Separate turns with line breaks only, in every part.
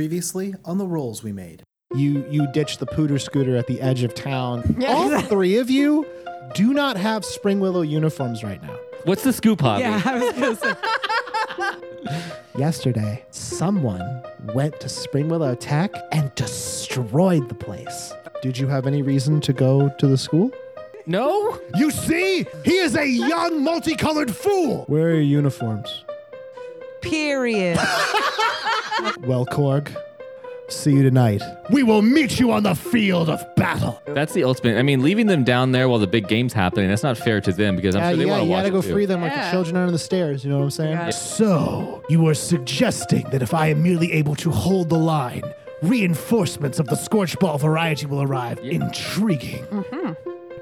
Previously on the rolls we made.
you you ditch the pooter scooter at the edge of town. All three of you do not have Spring Willow uniforms right now.
What's the scoop, Holly?
Yeah, I was gonna say.
Yesterday, someone went to Spring Willow Tech and destroyed the place. Did you have any reason to go to the school?
No?
You see, he is a young, multicolored fool. Where are your uniforms?
Period.
Well, Korg, see you tonight. We will meet you on the field of battle.
That's the ultimate. I mean, leaving them down there while the big game's happening, that's not fair to them because I'm
yeah,
sure they
yeah,
want to
you
watch
gotta
it
go
too.
free them like the
Yeah.
children under the stairs. You know what I'm saying?
Yeah.
So, you are suggesting that if I am merely able to hold the line, reinforcements of the Scorch Ball variety will arrive. Intriguing.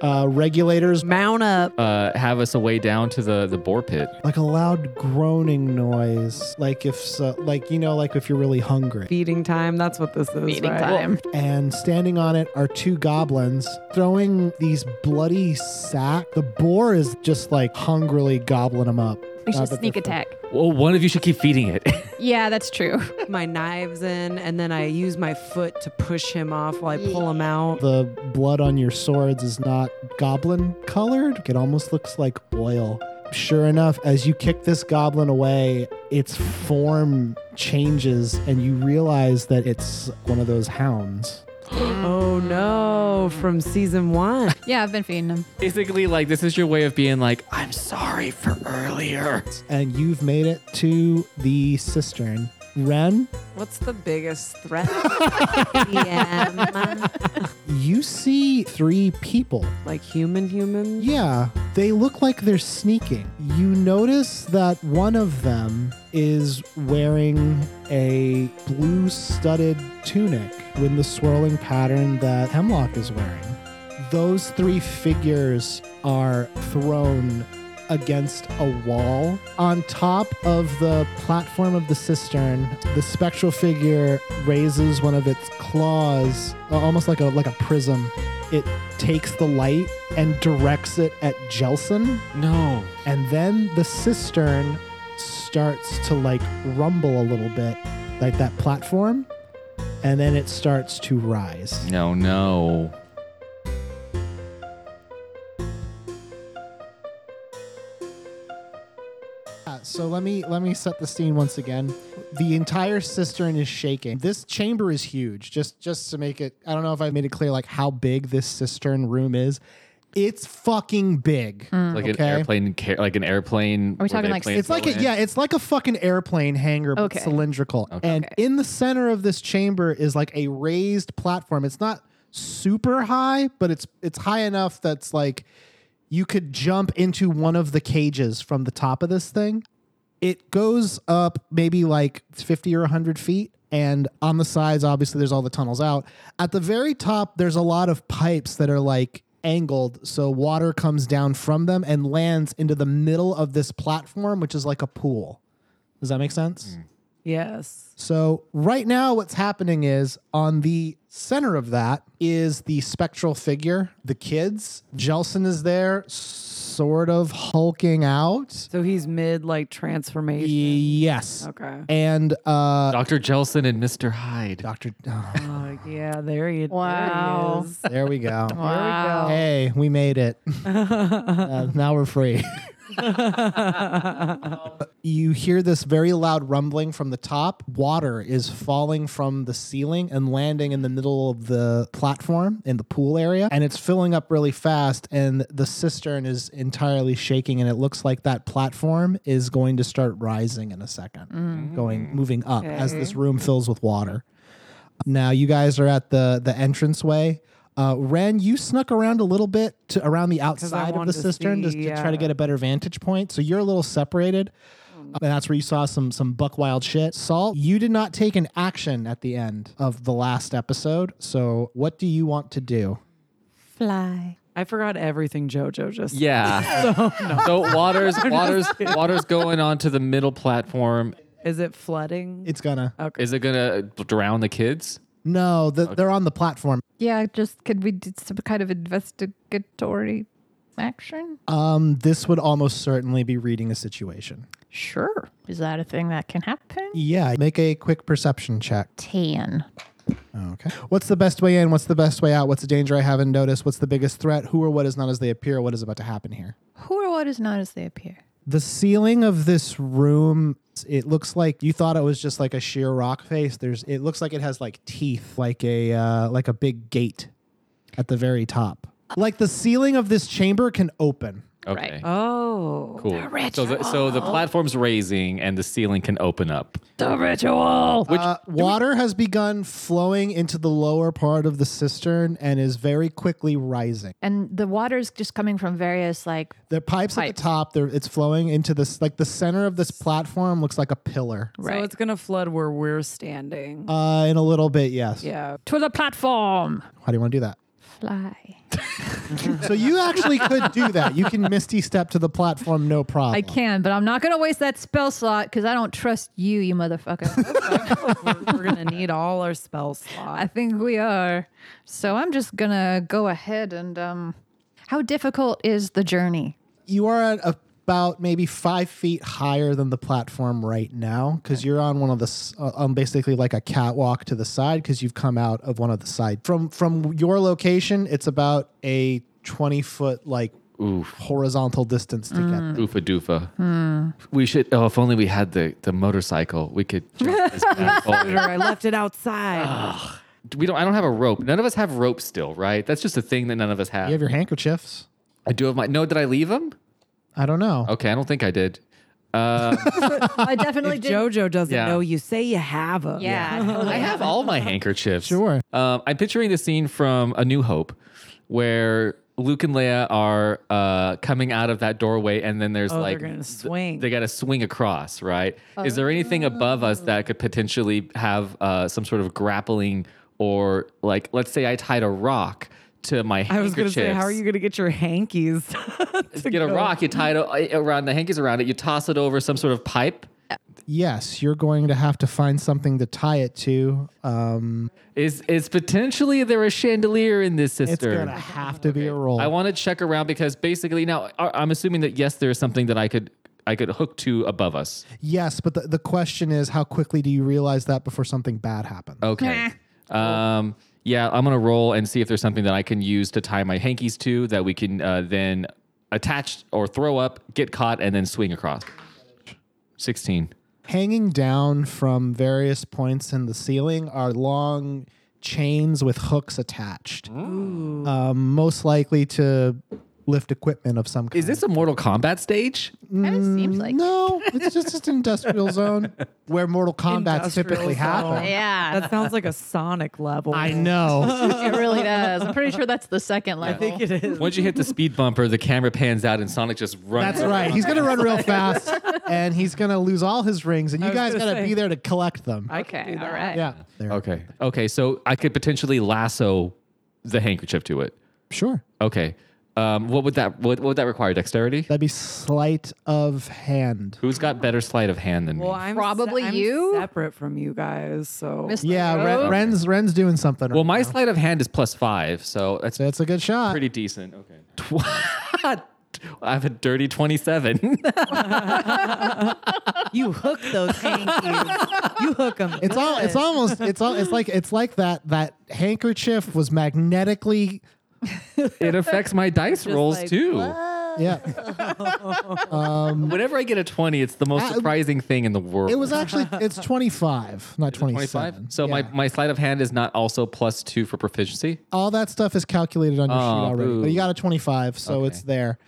Uh, regulators
Mount up.
Uh, have us away down to the, the boar pit.
like a loud groaning noise, like if so, like you know, like if you're really hungry.
Feeding time. That's what this is.
Meeting
right?
time.
And standing on it are two goblins throwing these bloody sack. The boar is just like hungrily gobbling them up.
We
Not
should
that
sneak
they're
attack.
Well, one of you should keep feeding it.
Yeah, that's true.
My knives in, and then I use my foot to push him off while I pull him out.
The blood on your swords is not goblin colored. It almost looks like oil. Sure enough, as you kick this goblin away, its form changes and you realize that it's one of those hounds.
Oh no! From season one.
Yeah, I've been feeding them.
Basically, like, this is your way of being like, I'm sorry for earlier.
and you've made it to the cistern. Ren,
What's the biggest threat? yeah.
you see three people.
Like human, human.
Yeah, they look like they're sneaking. You notice that one of them is wearing a blue studded tunic with the swirling pattern that Hemlock is wearing. Those three figures are thrown against a wall. On top of the platform of the cistern, the spectral figure raises one of its claws, uh, almost like a like a prism. It takes the light and directs it at Jelson,
No.
and then the cistern starts to like rumble a little bit, like that platform, and then it starts to rise.
No, no.
Uh, so let me let me set the scene once again. The entire cistern is shaking. This chamber is huge. Just just to make it, I don't know if I made it clear like how big this cistern room is. It's fucking big.
Mm. Like
Okay.
an airplane, ca- like an
Are
airplane.
we
where
talking
they
like-
plane
It's like
go
a,
in.
yeah, it's like a fucking airplane hangar, but
Okay.
cylindrical. And in the center of this chamber is like a raised platform. It's not super high, but it's it's high enough that's like you could jump into one of the cages from the top of this thing. It goes up maybe like 50 or 100 feet. And on the sides, obviously, there's all the tunnels out. At the very top, there's a lot of pipes that are like angled. So water comes down from them and lands into the middle of this platform, which is like a pool. Does that make sense?
Yes.
So, right now, what's happening is on the center of that is the spectral figure, the kids. Jelson is there, sort of hulking out.
So he's mid like transformation.
Yes.
Okay.
And uh,
Dr. Jelson and Mr. Hyde.
Dr. oh,
Oh, yeah, there you
Wow.
there we go.
Oh.
Wow.
Hey, we made it. Uh, now we're free. you hear this very loud rumbling from the top. Water is falling from the ceiling and landing in the middle of the platform in the pool area. And it's filling up really fast. And the cistern is entirely shaking. And it looks like that platform is going to start rising in a 2nd
Mm.
going moving up as this room fills with water. Now you guys are at the the entranceway. Uh, Ren, you snuck around a little bit to around the outside of
wanted
the
to
cistern just
see,
to try to
yeah.
get a better vantage point. So you're a little separated. And that's where you saw some some buck wild shit. Salt, you did not take an action at the end of the last episode. So what do you want to do?
Fly.
I forgot everything JoJo just said.
Yeah. so, waters, waters, waters going onto the middle platform.
Is it flooding?
It's gonna
Is it gonna drown the kids?
no. The, They're on the platform.
Yeah, just could we do some kind of investigatory action?
Um, this would almost certainly be reading a situation.
Sure. Is that a thing that can happen?
Yeah, make a quick perception check.
Tan.
Okay. What's the best way in? What's the best way out? What's the danger I haven't noticed? What's the biggest threat? Who or what is not as they appear? What is about to happen here?
Who or what is not as they appear?
The ceiling of this room, it looks like you thought it was just like a sheer rock face. There's it looks like it has like teeth, like a uh, like a big gate at the very top. Like the ceiling of this chamber can open.
Okay.
Oh.
Cool. So the, so the platform's raising and the ceiling can open up.
The ritual.
Which
Uh, water has begun flowing into the lower part of the cistern and is very quickly rising.
And the water's just coming from various like
The pipes, at
Pipes.
the top, they're, it's flowing into this like the center of this platform looks like a pillar.
right
So it's gonna flood where we're standing.
Uh, in a little bit, yes.
yeah.
to the platform.
How do you want to do that?
Fly.
So you actually could do that. You can misty step to the platform, no problem.
I can, but I'm not gonna waste that spell slot because I don't trust you, you motherfucker.
we're, we're gonna need all our spell
I
slots.
think we are. So I'm just gonna go ahead and um. How difficult is the journey?
You are at about maybe five feet higher than the platform right now because you're on one of the s- uh, on basically like a catwalk to the side because you've come out of one of the side from from your location. It's about a twenty foot like horizontal distance to get there.
oofa doofa.
Hmm.
We should. Oh, if only we had the the motorcycle, we could. Jump this bad boy.
I left it outside.
we don't. I don't have a rope. None of us have rope still, right? That's just a thing that none of us have.
You have your handkerchiefs.
I do have my. No, did I leave them?
I don't know.
Okay, I don't think I did. Uh,
I definitely
if JoJo doesn't
Yeah.
know, you say you have them.
Yeah.
I have all my handkerchiefs.
Sure.
Um, I'm picturing the scene from A New Hope where Luke and Leia are uh, coming out of that doorway, and then there's
Oh,
like
they're gonna
th-
swing.
they got to swing across, right? Is there anything above us that could potentially have uh, some sort of grappling, or like, let's say I tied a rock to my
I was gonna say, how are
handkerchiefs.
you gonna get your hankies? to
get a
go?
rock? You tie it a- around the hankies around it. You toss it over some sort of pipe.
Yes, you're going to have to find something to tie it to. Um,
Is is potentially there a chandelier in this
it's
sister?
gonna have to be a roll.
I want to check around because basically now I- I'm assuming that yes, there is something that I could I could hook to above us.
yes, but the, the question is, how quickly do you realize that before something bad happens?
Okay. um. Yeah, I'm gonna roll and see if there's something that I can use to tie my hankies to that we can uh, then attach or throw up, get caught, and then swing across. Sixteen.
Hanging down from various points in the ceiling are long chains with hooks attached, um, most likely to lift equipment of some kind.
Is this a Mortal Kombat stage?
Kind of seems like.
no, it's just just industrial zone where Mortal Kombat
Industrial
typically
zone.
happen.
Yeah,
That sounds like a Sonic level.
I know.
it really does. I'm pretty sure that's the second level.
think it is.
Once you hit the speed bumper, the camera pans out and Sonic just runs.
That's right. He's gonna run real fast, and he's gonna lose all his rings, and you
was
guys
gonna
gotta
say.
be there to collect them.
I can do that.
yeah. There.
Okay. Okay. So I could potentially lasso the handkerchief to it.
Sure.
Okay. Um, what would that what, what would that require? Dexterity.
That'd be sleight of hand.
Who's got better sleight of hand than me?
Well, I'm
Probably
I'm
you?
separate from you guys, so
Miss
Yeah, Ren,
Monroe?
Ren's Ren's doing something.
Well,
right
my
now.
sleight of hand is plus five, so that's
that's a good shot.
pretty decent. Okay. I have a dirty twenty-seven.
you hook those hankies. you hook them.
It's all. It's almost. It's all. It's like. It's like that. That handkerchief was magnetically.
it affects my dice rolls
like,
too.
Yeah.
Whenever I get a twenty, it's the most
Uh,
surprising thing in the world.
It was actually. It's twenty five, not twenty
twenty-five.
seven.
So my,
Yeah.
my sleight of hand is not also plus two for proficiency.
all that stuff is calculated on your
Oh,
sheet already. But
ooh.
you got a twenty five, so it's there.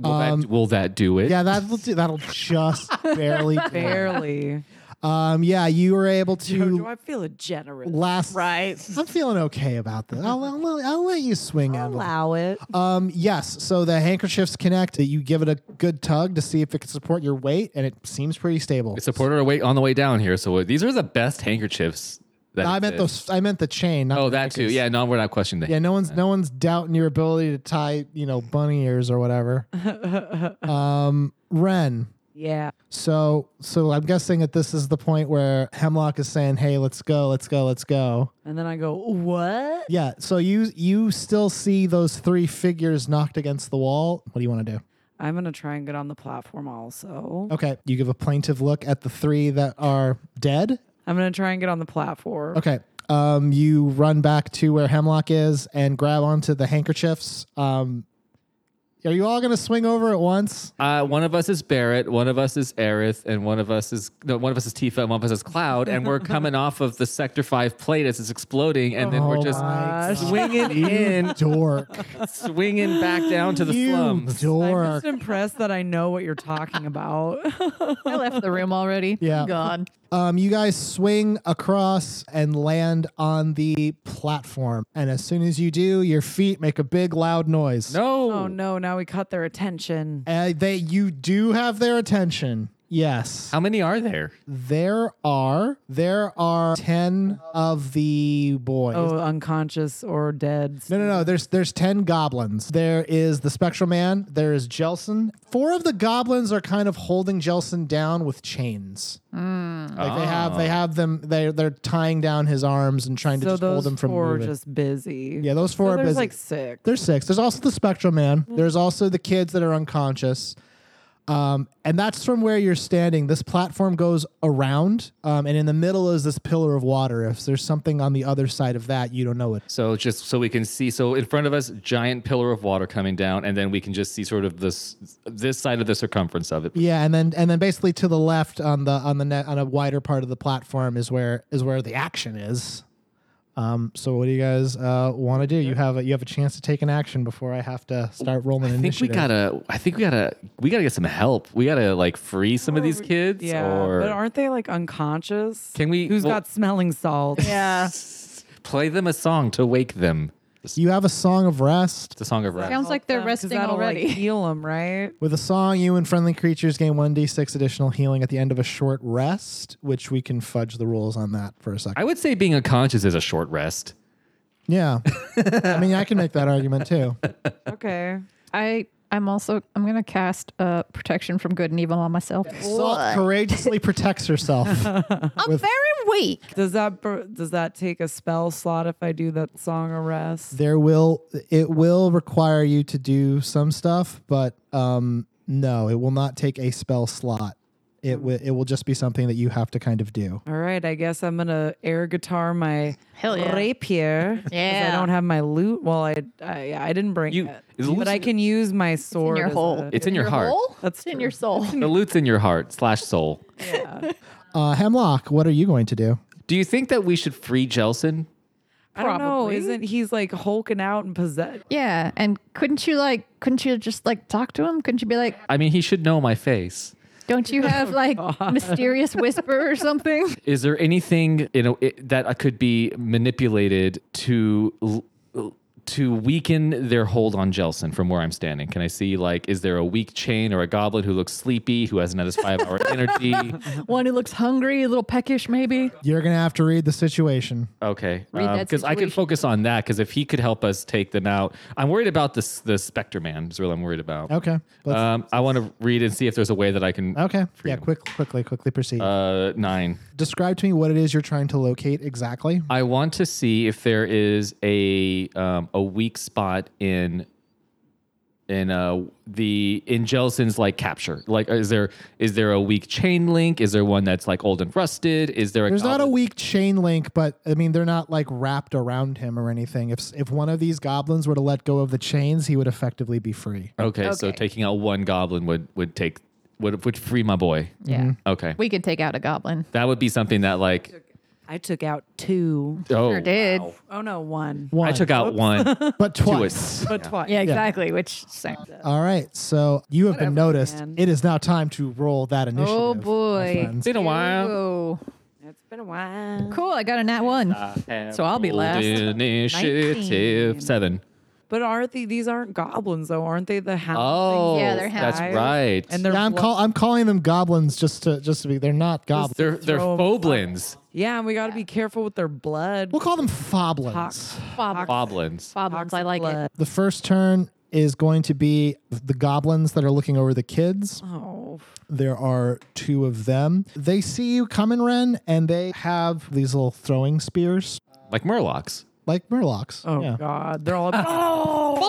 Will, that, will that do it?
Um, Yeah, that'll do, that'll just barely. do it.
barely.
Um, yeah, you were able
Joe, do
to
I feel a generous?
last.
Right.
I'm feeling okay about this. I'll, I'll, I'll let you swing, Evelyn.
Allow it.
Um, yes. So the handkerchiefs connect. You give it a good tug to see if it can support your weight, and it seems pretty stable.
It's supported our weight on the way down here. So uh, these are the best handkerchiefs. That
I meant
exist.
those. I meant the chain. Not
Oh,
the
that too.
handkerchiefs.
Yeah. No, we're not questioning the
Yeah. No one's no one's doubting your ability to tie, you know, bunny ears or whatever. um, Ren.
Yeah.
So so I'm guessing that this is the point where Hemlock is saying, "Hey, let's go, let's go, let's go."
And then I go, what?
Yeah. So you you still see those three figures knocked against the wall. What do you want to do?
I'm gonna try and get on the platform also.
Okay. You give a plaintive look at the three that are dead.
I'm gonna try and get on the platform.
Okay. Um, you run back to where Hemlock is and grab onto the handkerchiefs. Um, are you all going to swing over at once?
Uh, one of us is Barrett, one of us is Aerith, and one of us is no, one of us is Tifa, and one of us is Cloud, and we're coming off of the Sector Five plate as it's exploding, and then
Oh
we're just swinging in,
Dork.
swinging back down to the
you
slums.
I'm
dork.
just impressed that I know what you're talking about.
I left the room already.
Yeah.
God.
Um, you guys swing across and land on the platform. And as soon as you do, your feet make a big loud noise.
no,
oh no, now we caught their attention.
Uh, they, you do have their attention. Yes.
How many are there?
There are there are ten of the boys.
Oh, unconscious or dead.
No, no, no. There's there's ten goblins. There is the Spectral Man. There is Jelson. Four of the goblins are kind of holding Jelson down with chains.
Hmm.
Like they have they have them. They they're tying down his arms and trying to
So
just hold
those
him from
four are
moving.
just busy.
yeah, those
so
four are
there's
busy.
like Mm. six.
There's six. There's also the Spectral Man. There's also the kids that are unconscious. Um, and that's from where you're standing. This platform goes around, um, and in the middle is this pillar of water. If there's something on the other side of that, you don't know it.
So just so we can see, so in front of us, giant pillar of water coming down, and then we can just see sort of this this side of the circumference of it.
Yeah, and then and then basically to the left on the on the net on a wider part of the platform is where is where the action is. Um, so what do you guys uh, want to do? You have a, you have a chance to take an action before I have to start rolling
I think we
initiative.
gotta. I think we gotta. We gotta get some help. We gotta like free some of these kids.
Yeah,
or
but aren't they like unconscious?
Can we-
Who's
well-
got smelling salts?
Yeah.
play them a song to wake them. It's
you have a song of rest.
a song of rest.
Sounds uh, like they're
Them, Um, 'cause
resting
that'll, like,
already.
heal them, right?
With a song, you and friendly creatures gain 1d6 additional healing at the end of a short rest, which we can fudge the rules on that for a second.
I would say being unconscious is a short rest.
yeah. I mean, I can make that argument too.
Okay.
I I'm also I'm gonna cast uh, protection from good and evil on myself.
Salt courageously protects herself.
I'm very weak.
Does that br- does that take a spell slot if I do that song arrest?
there will it will require you to do some stuff, but um no, it will not take a spell slot. It will it will just be something that you have to kind of do.
All right, I guess I'm gonna air guitar my
Hell yeah.
rapier. 'cause
Yeah.
I don't have my lute. Well, I I, yeah, I didn't bring
You-
it,
is
but
lute-
I can use my sword.
In your
as
hole.
a-
It's in your heart.
hole?
That's
It's in
true.
your soul.
The lute's in your heart slash soul.
Uh Hemlock, what are you going to do?
Do you think that we should free Jelson?
I don't know.
Probably.
Isn't he's like hulking out and possessed?
Yeah, and couldn't you like couldn't you just like talk to him? Couldn't you be like,
I mean, he should know my face.
don't you have like mysterious whisper or something?
Is there anything you know it, that could be manipulated to l- to weaken their hold on Jelson from where I'm standing? Can I see like is there a weak chain or a goblin who looks sleepy who hasn't had his five hour energy?
One who looks hungry, a little peckish maybe.
You're gonna have to read the situation.
Okay,
Read that
because I
situation.
could focus on that because if he could help us take them out, I'm worried about this the Spectre Man is really I'm worried about.
Okay. Let's,
Um, I want to read and see if there's a way that I can.
okay. Yeah,
freedom.
quick quickly, quickly proceed.
Uh, nine.
describe to me what it is you're trying to locate exactly.
I want to see if there is a um, a weak spot in in uh the in Jellison's like capture. Like, is there is there a weak chain link? Is there one that's like old and rusted? Is there a
There's not a
goblin-
weak chain link, but I mean they're not like wrapped around him or anything. If s- if one of these goblins were to let go of the chains, he would effectively be free.
Okay, so
Okay.
taking out one goblin would would take would would free my boy.
Yeah.
Okay,
We could take out a goblin.
that would be something that like
I took out two.
oh
Sure did.
wow.
Oh no, one.
One,
I took out one.
but
Two
twice.
is-
But twice.
Yeah, exactly. Which same.
All right, so you have been noticed.
man.
It is now time to roll that initiative.
Oh
my
boy.
friends.
Been a while.
Whoa.
It's been a while.
Cool, I got a nat one. So I'll be
Old
last.
Initiative seven.
But aren't they, these aren't goblins though? Aren't they the hound?
Oh,
Yeah, they're
that's
half-
right.
And
And
they're
Yeah, I'm,
blood-
call, I'm calling them goblins just to just to be. They're not goblins.
they're they're
throw 'em
foblins.
yeah, and we got to be careful with their blood.
We'll call them foblins.
Bob,
Foblins.
Bob, I like
blood.
it.
The first turn is going to be the goblins that are looking over the kids.
Oh,
There are two of them. They see you coming, Ren, and they have these little throwing spears
Like Murlocs.
like murlocs.
oh
yeah.
God! They're all. oh,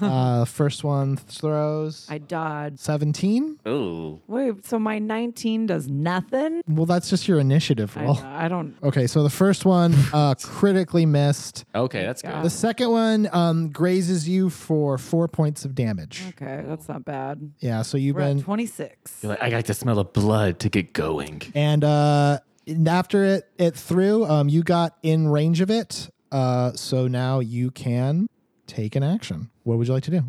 Uh, first one throws
I dodge.
17.
Ooh.
Wait, so my 19 does nothing?
Well, that's just your initiative
I,
roll.
I don't.
Okay, so the first one uh, critically missed.
Okay, that's good.
Oh.
The second one um, grazes you for four points of damage.
Okay, that's not bad.
Yeah, so you've
We're at
been
26.
You're like, I like the smell of blood to get going.
and uh, and after it it threw, um, you got in range of it. Uh, so now you can take an action. What would you like to do?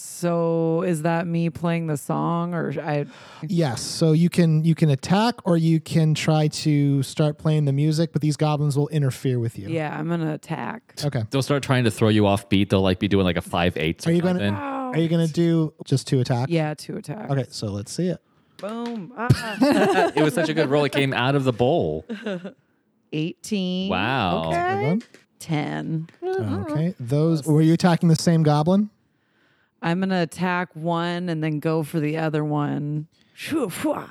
So is that me playing the song or sh- I?
Yes, so you can you can attack or you can try to start playing the music, but these goblins will interfere with you.
Yeah, I'm gonna attack.
Okay.
They'll start trying to throw you off beat. They'll like be doing like a five eight.
Are you gonna Are you gonna do just two attack?
Yeah, two attack.
Okay, so let's see it.
Boom. Ah.
It was such a good roll. It came out of the bowl.
18.
Wow.
Okay.
Good one.
10.
Okay. Those were you attacking the same goblin?
I'm gonna attack one and then go for the other one. Shoo, fwa.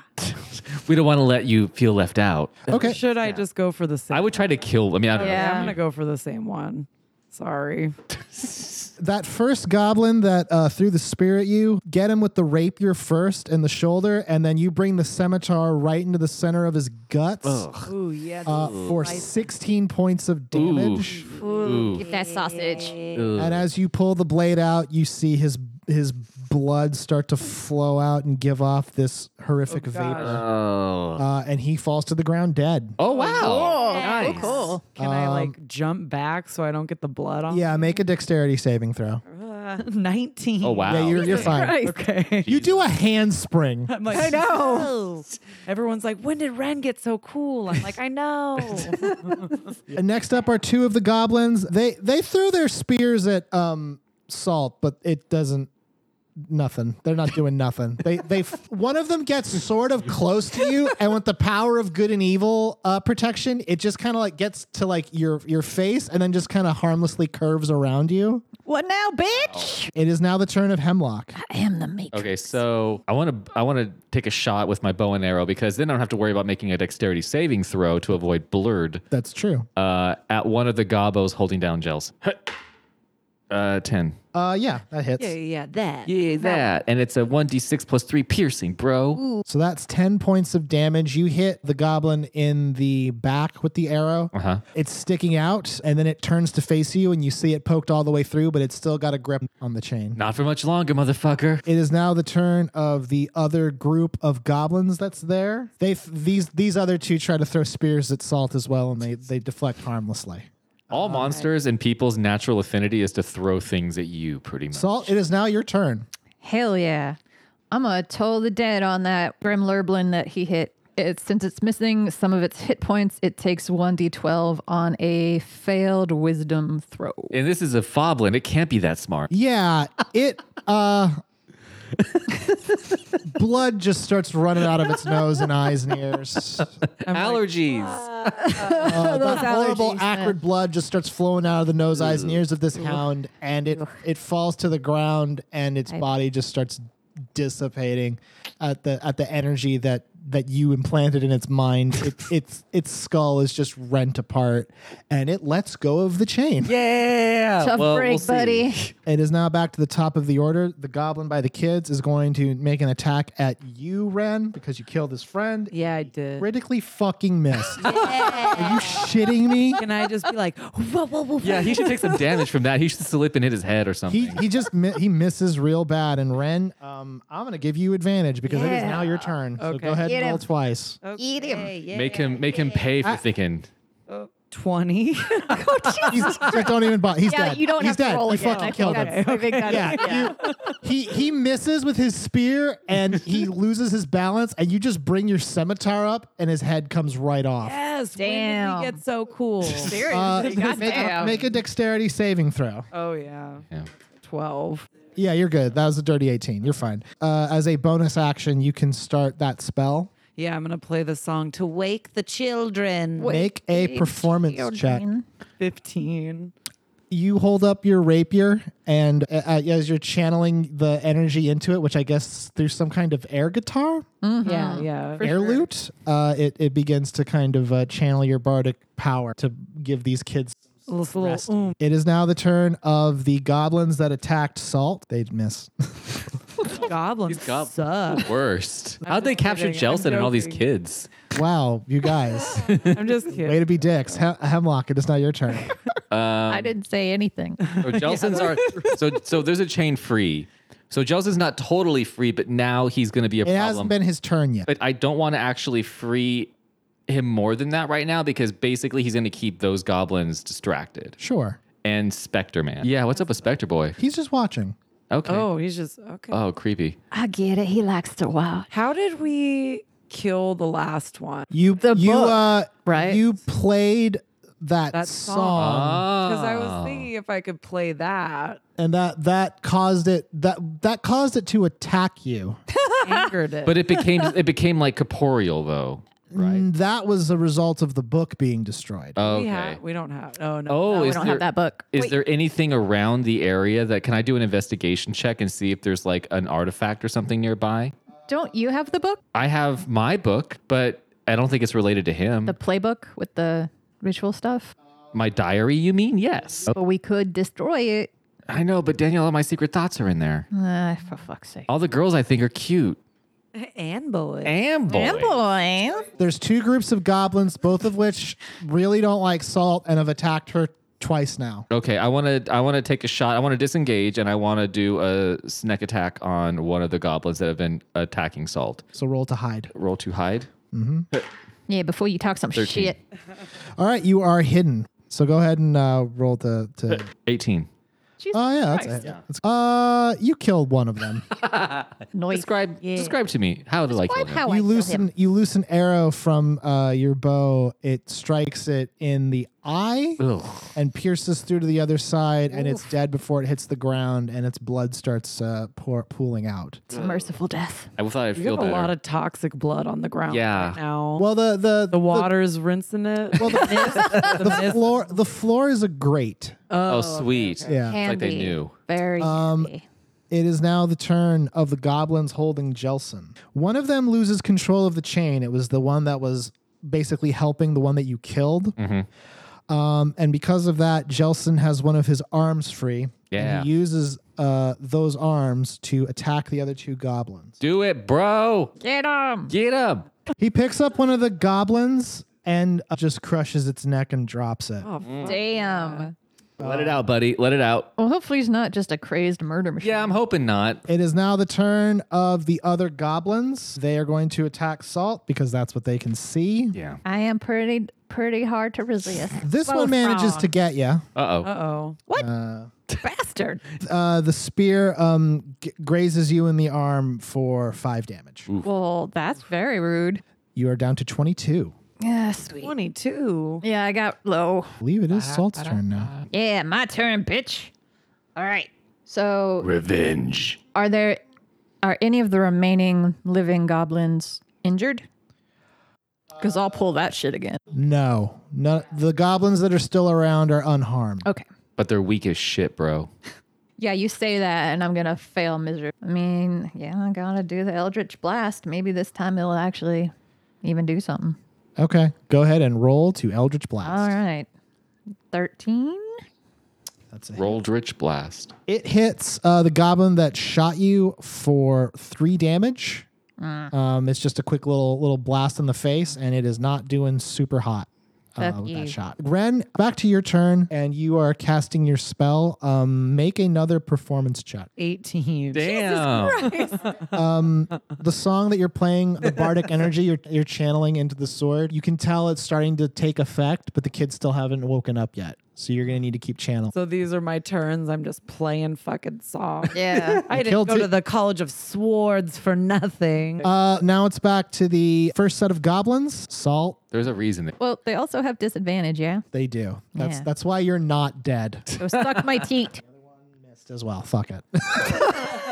We don't want to let you feel left out.
Or
Okay.
Should I just go for the same?
I would try to kill. I mean, I don't
Yeah, I'm
know.
gonna go for the same one. Sorry.
That first goblin that uh, threw the spear at you, get him with the rapier first in the shoulder, and then you bring the scimitar right into the center of his guts
Ooh yeah.
uh, for 16 points of damage.
Get that sausage.
And as you pull the blade out, you see his his blood start to flow out and give off this horrific vapor.
Oh.
Uh, and he falls to the ground dead.
Oh wow. nice.
cool.
Can I like jump back so I don't get the blood on?
Um, Yeah, make a dexterity saving throw.
Uh, 19.
Oh wow.
Yeah, you're, you're fine.
Okay.
You do a handspring.
I'm like, I know. Everyone's like, when did Ren get so cool? I'm like, I know.
And next up are two of the goblins. They they threw their spears at um Salt, but it doesn't nothing. They're not doing nothing. They they f- one of them gets sort of close to you and with the power of good and evil uh protection, it just kind of like gets to like your your face and then just kind of harmlessly curves around you.
What now, bitch?
It is now the turn of Hemlock.
I am the maker.
Okay, so I want to I want to take a shot with my bow and arrow because then I don't have to worry about making a dexterity saving throw to avoid blurred
That's true.
uh, at one of the gobos holding down gels. Uh, ten.
Uh yeah, that hits.
yeah, that.
Yeah, that. And it's a one d six plus three piercing, bro.
So that's 10 points of damage. You hit the goblin in the back with the arrow.
Uh-huh.
It's sticking out, and then it turns to face you, and you see it poked all the way through, but it's still got a grip on the chain.
Not for much longer, motherfucker.
It is now the turn of the other group of goblins that's there. They these these other two try to throw spears at Salt as well, and they they deflect harmlessly.
All monsters and people's natural affinity is to throw things at you, pretty much.
Salt, it is now your turn.
Hell yeah. I'm going to toll the dead on that Grim Lurblin that he hit. It, since it's missing some of its hit points, it takes 1d12 on a failed wisdom throw.
And this is a foblin. It can't be that smart.
Yeah, it uh blood just starts running out of its nose and eyes and ears.
Allergies.
Uh, that horrible acrid blood just starts flowing out of the nose, eyes, and ears of this hound, and it it falls to the ground, and its body just starts dissipating at the at the energy that that you implanted in its mind. It, its its skull is just rent apart, and it lets go of the chain.
Oh,
yeah.
Tough
well,
break,
we'll see.
buddy.
It is now back to the top of the order. The goblin by the kids is going to make an attack at you, Ren, because you killed his friend.
Yeah, I did.
Critically fucking missed. Are you shitting me?
Can I just be like, whoa, whoa, whoa,
Yeah,
whoa.
he should take some damage from that. He should slip and hit his head or something.
He, he just mi- he misses real bad. And Ren, um, I'm gonna give you advantage because it is now your turn. So go ahead and roll twice.
Eat him.
make him make him pay for thinking.
20?
He's, just don't even bother. He's dead. He's dead. you fucking killed him.
I think that's
Yeah, you- he he misses with his spear and he loses his balance, and you just bring your scimitar up, and his head comes right off.
yes. When
Damn.
did we get so cool?
Uh, make, make a dexterity saving throw.
oh, yeah.
Yeah.
12.
Yeah, you're good. That was a dirty 18. You're fine. Uh, as a bonus action, you can start that spell.
Yeah, I'm going to play the song To Wake the Children.
Make a performance check.
15.
You hold up your rapier, and uh, uh, as you're channeling the energy into it, which I guess through some kind of air guitar,
Yeah, yeah.
Mm-hmm.
air lute, uh, it, it begins to kind of uh, channel your bardic power to give these kids
This little oomph.
It is now the turn of the goblins that attacked Salt. They'd miss.
goblins
gob-
suck.
Worst. How'd they
just
capture
kidding. I'm
Jelson and all these
joking.
kids?
wow, you guys.
I'm just kidding.
Way to be dicks. Hem- Hemlock, it is now your turn.
I didn't say anything.
So Jelson's are so so. There's a chain free. So Jelson's not totally free, but now he's going to be a
It
problem.
hasn't been his turn yet.
but I don't want to actually free him more than that right now because basically he's going to keep those goblins distracted
Sure.
and Spectre Man. Yeah, what's up with Spectre Boy?
He's just watching.
Okay.
Oh, he's just okay.
Oh, creepy.
I get it. He likes to wow.
How did we kill the last one?
You
The
you
book,
uh
right?
you played that,
That
song,
song. Because I
Oh.
was thinking if I could play that,
and that that caused it that that caused it to attack you.
angered it.
But it became it became like corporeal though, right? Uh.
And that was a result of the book being destroyed.
we,
Okay.
have, we don't have. Oh no.
Oh,
No, we
is
don't
there,
have that book.
is there anything around the area that can I do an investigation check and see if there's like an artifact or something nearby?
Don't you have the book?
I have my book, but I don't think it's related to him.
The playbook with the ritual stuff?
my diary, you mean? Yes.
But we could destroy it.
I know, but Danielle, all my secret thoughts are in there.
Ah, for fuck's sake.
All the girls I think are cute.
And bullet.
And Oh, boy.
There's two groups of goblins, both of which really don't like salt and have attacked her twice now.
Okay, I want to I want to take a shot. I want to disengage and I want to do a sneak attack on one of the goblins that have been attacking Salt.
So roll to hide.
Roll to hide.
Hmm. Yeah, before you talk some
13.
shit.
All right, you are hidden. So go ahead and uh, roll to. to
18.
oh yeah, that's it. That's- uh, you killed one of them.
Oh, Noise.
Describe describe to me how did I kill him?
how I
you
kill him.
loosen you loose an arrow from uh, your bow. It strikes it in the eye
Ugh.
and pierces through to the other side, and it's dead before it hits the ground, and its blood starts uh, pour, pooling out.
It's a merciful death.
I thought I'd
You
feel
have a
better.
lot of toxic blood on the ground.
Yeah.
Right now.
Well, the the
the water's rinsing it.
Well, the-
mist, the
the
mist.
floor the floor is a grate.
oh, sweet.
Yeah.
It's like they
Handy.
knew.
Very
Um,
handy.
It is now the turn of the goblins holding Jelson. One of them loses control of the chain. It was the one that was basically helping the one that you killed. Um, and because of that, Jelson has one of his arms free.
Yeah.
And he uses uh, those arms to attack the other two goblins.
Do it, bro.
Get him!
Get him.
he picks up one of the goblins and uh, just crushes its neck and drops it.
Damn.
Let it out, buddy. Let it out.
Well, hopefully he's not just a crazed murder machine.
Yeah, I'm hoping not.
It is now the turn of the other goblins. They are going to attack Salt because that's what they can see.
Yeah.
I am pretty pretty hard to resist.
This one manages to get you.
Uh-oh.
Uh oh.
Bastard.
Uh, the spear um, g- grazes you in the arm for five damage.
Well, that's very rude.
You are down to 22.
Yeah, sweet.
22.
Yeah, I got low.
I believe it is Salt's turn now.
Yeah, my turn, bitch. All right. So revenge. Are there are any of the remaining living goblins injured? Because I'll pull that shit again.
No, no, the goblins that are still around are unharmed.
Okay.
But they're weak as shit, bro.
Yeah, you say that, and I'm gonna fail miserably. I mean, yeah, I gotta do the Eldritch Blast. Maybe this time it'll actually even do something.
Okay, go ahead and roll to Eldritch Blast.
All right, thirteen.
That's it.
Rolled rich blast.
It hits uh, the goblin that shot you for three damage.
Mm.
Um, it's just a quick little little blast in the face, and it is not doing super hot. Uh,
Fuck
with
you.
that shot. Ren, back to your turn, and you are casting your spell. Um, make another performance check.
18.
Damn.
The song that you're playing, the bardic energy you're, you're channeling into the sword, you can tell it's starting to take effect, but the kids still haven't woken up yet. So you're going to need to keep channeling.
So these are my turns. I'm just playing fucking songs.
Yeah.
I didn't
killed
go
it.
to the College of Swords for nothing.
Uh, now it's back to the first set of goblins. Salt,
There's a reason.
Oh,
That-
well, they also have disadvantage. Yeah.
They do. That's
Yeah.
that's why you're not dead
So suck my teat.
as well. Fuck it.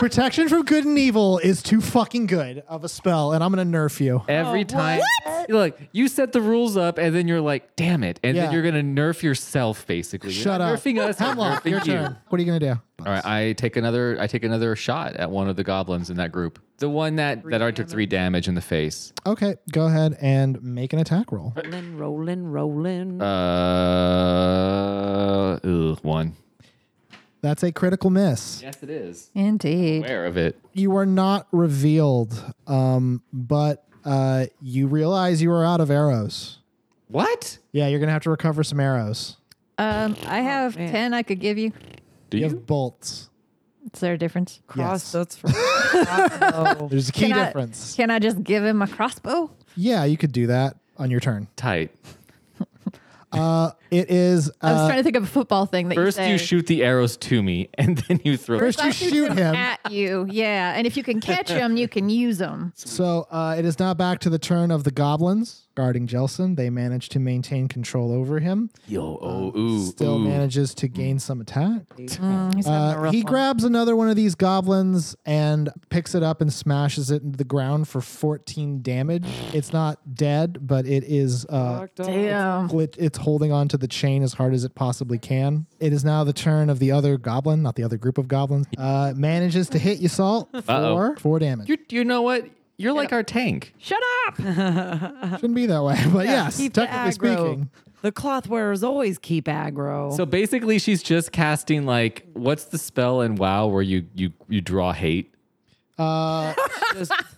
Protection from good and evil is too fucking good of a spell, and I'm gonna nerf you.
Every time, look, you set the rules up, and then you're like, "Damn it!" And
Yeah.
then you're gonna nerf yourself, basically. You're
Shut
not
up.
Nerfing us, you're
Hemlock,
nerfing
your
you.
turn. What are you gonna do?
All right, I take another. I take another shot at one of the goblins in that group. The one that that already took three damage in the face.
Okay, go ahead and make an attack roll.
Rolling, rolling, rolling.
Uh, ugh, one.
That's a critical miss.
Yes, it is.
Indeed.
Aware of it.
You are not revealed, um, but uh, you realize you are out of arrows.
What?
Yeah, you're gonna have to recover some arrows.
Um, I have
man.
10 I could give you.
Do
You
you?
have bolts.
Is there a difference?
yes.
Cross. That's for crossbow.
There's a key
Can I-
difference.
Can I just give him a crossbow?
Yeah, you could do that on your turn.
Tight.
Uh, it is.
I was
Uh,
trying to think of a football thing that
First,
you
you,
say.
shoot the arrows to me, and then you throw.
First you
I
shoot
them
him.
at you. Yeah, and if you can catch him, you can use him.
So uh, it is now back to the turn of the goblins guarding Jelson. They manage to maintain control over him.
Yo, oh, ooh,
Still
ooh.
manages to gain some attack.
He's having a
Uh,
rough
he
one.
grabs another one of these goblins and picks it up and smashes it into the ground for 14 damage. It's not dead, but it is uh,
Damn.
glit- it's holding onto the chain as hard as it possibly can. It is now the turn of the other goblin, not the other group of goblins. Uh, manages to hit you, Salt,
Uh-oh.
for four damage.
You, you know what? You're like our tank.
Shut up!
Shouldn't be that way, but yes,
Keep the
technically
aggro.
speaking.
The cloth wearers always keep aggro.
So basically, she's just casting like what's the spell in WoW where you you you draw hate.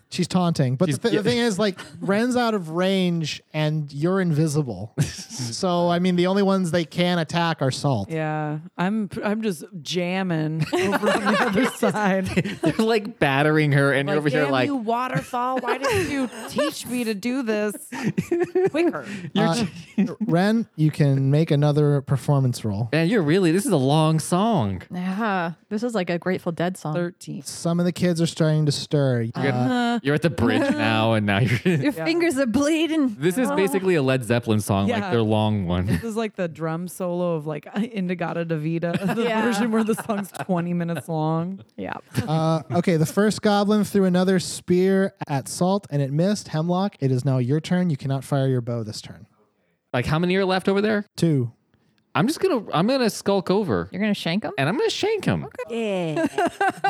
She's taunting. But
She's-
the, th- the
yeah.
thing is, like, Ren's out of range and you're invisible. so, I mean, the only ones they can attack are Salt.
yeah, I'm I'm just jamming over on the other side.
They're like battering her, and you're
Like,
over here
damn
like
you, waterfall! Why didn't you teach me to do this quicker?
Uh, Ren, you can make another performance roll.
Man, you're really. This is a long song.
Uh,
Yeah, this is like a Grateful Dead song.
Thirteen.
Some of the kids are starting to stir. Uh,
You're, you're at the bridge now, and now you're.
Your fingers are bleeding. Oh.
this is basically a Led Zeppelin song, like
Yeah.
their long one.
This is like the drum solo of like Indigata Davida, the
Yeah.
version where the song's 20 minutes long.
Yeah.
Uh, okay, the first goblin threw another spear at Salt and it missed. Hemlock, it is now your turn. You cannot fire your bow this turn.
Like how many are left over there?
Two.
I'm just gonna I'm gonna skulk over,
You're gonna shank him?
and I'm gonna shank him.
Yeah.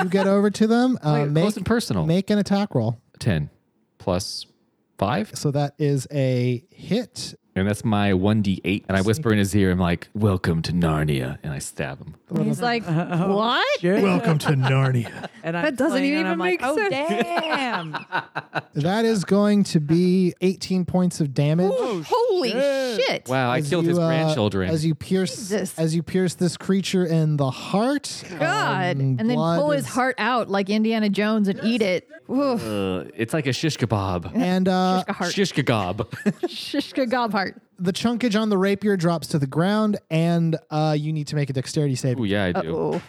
You get over to them. Uh, make,
Close and personal.
make an attack roll.
Ten plus five,
So that is a hit.
and that's my one d eight. And I whisper in his ear, I'm like, "Welcome to Narnia," and I stab him.
He's like, what?
Welcome to Narnia.
And I'm
That doesn't
playing
even
and I'm like,
make sense."
Oh, damn.
That is going to be 18 points of damage.
Holy shit.
Wow, I
As
killed his
you, uh,
grandchildren.
As you pierce
Jesus.
as you pierce this creature in the heart.
God.
um,
and then
blood
pull his
is-
heart out like Indiana Jones and eat it. Woof.
Uh, it's like a shish kebab.
And uh,
Shishka heart.
Shish kebab.
Shishka gob heart.
the chunkage on the rapier drops to the ground, and uh, you need to make a dexterity save.
oh yeah, I do.
Oh.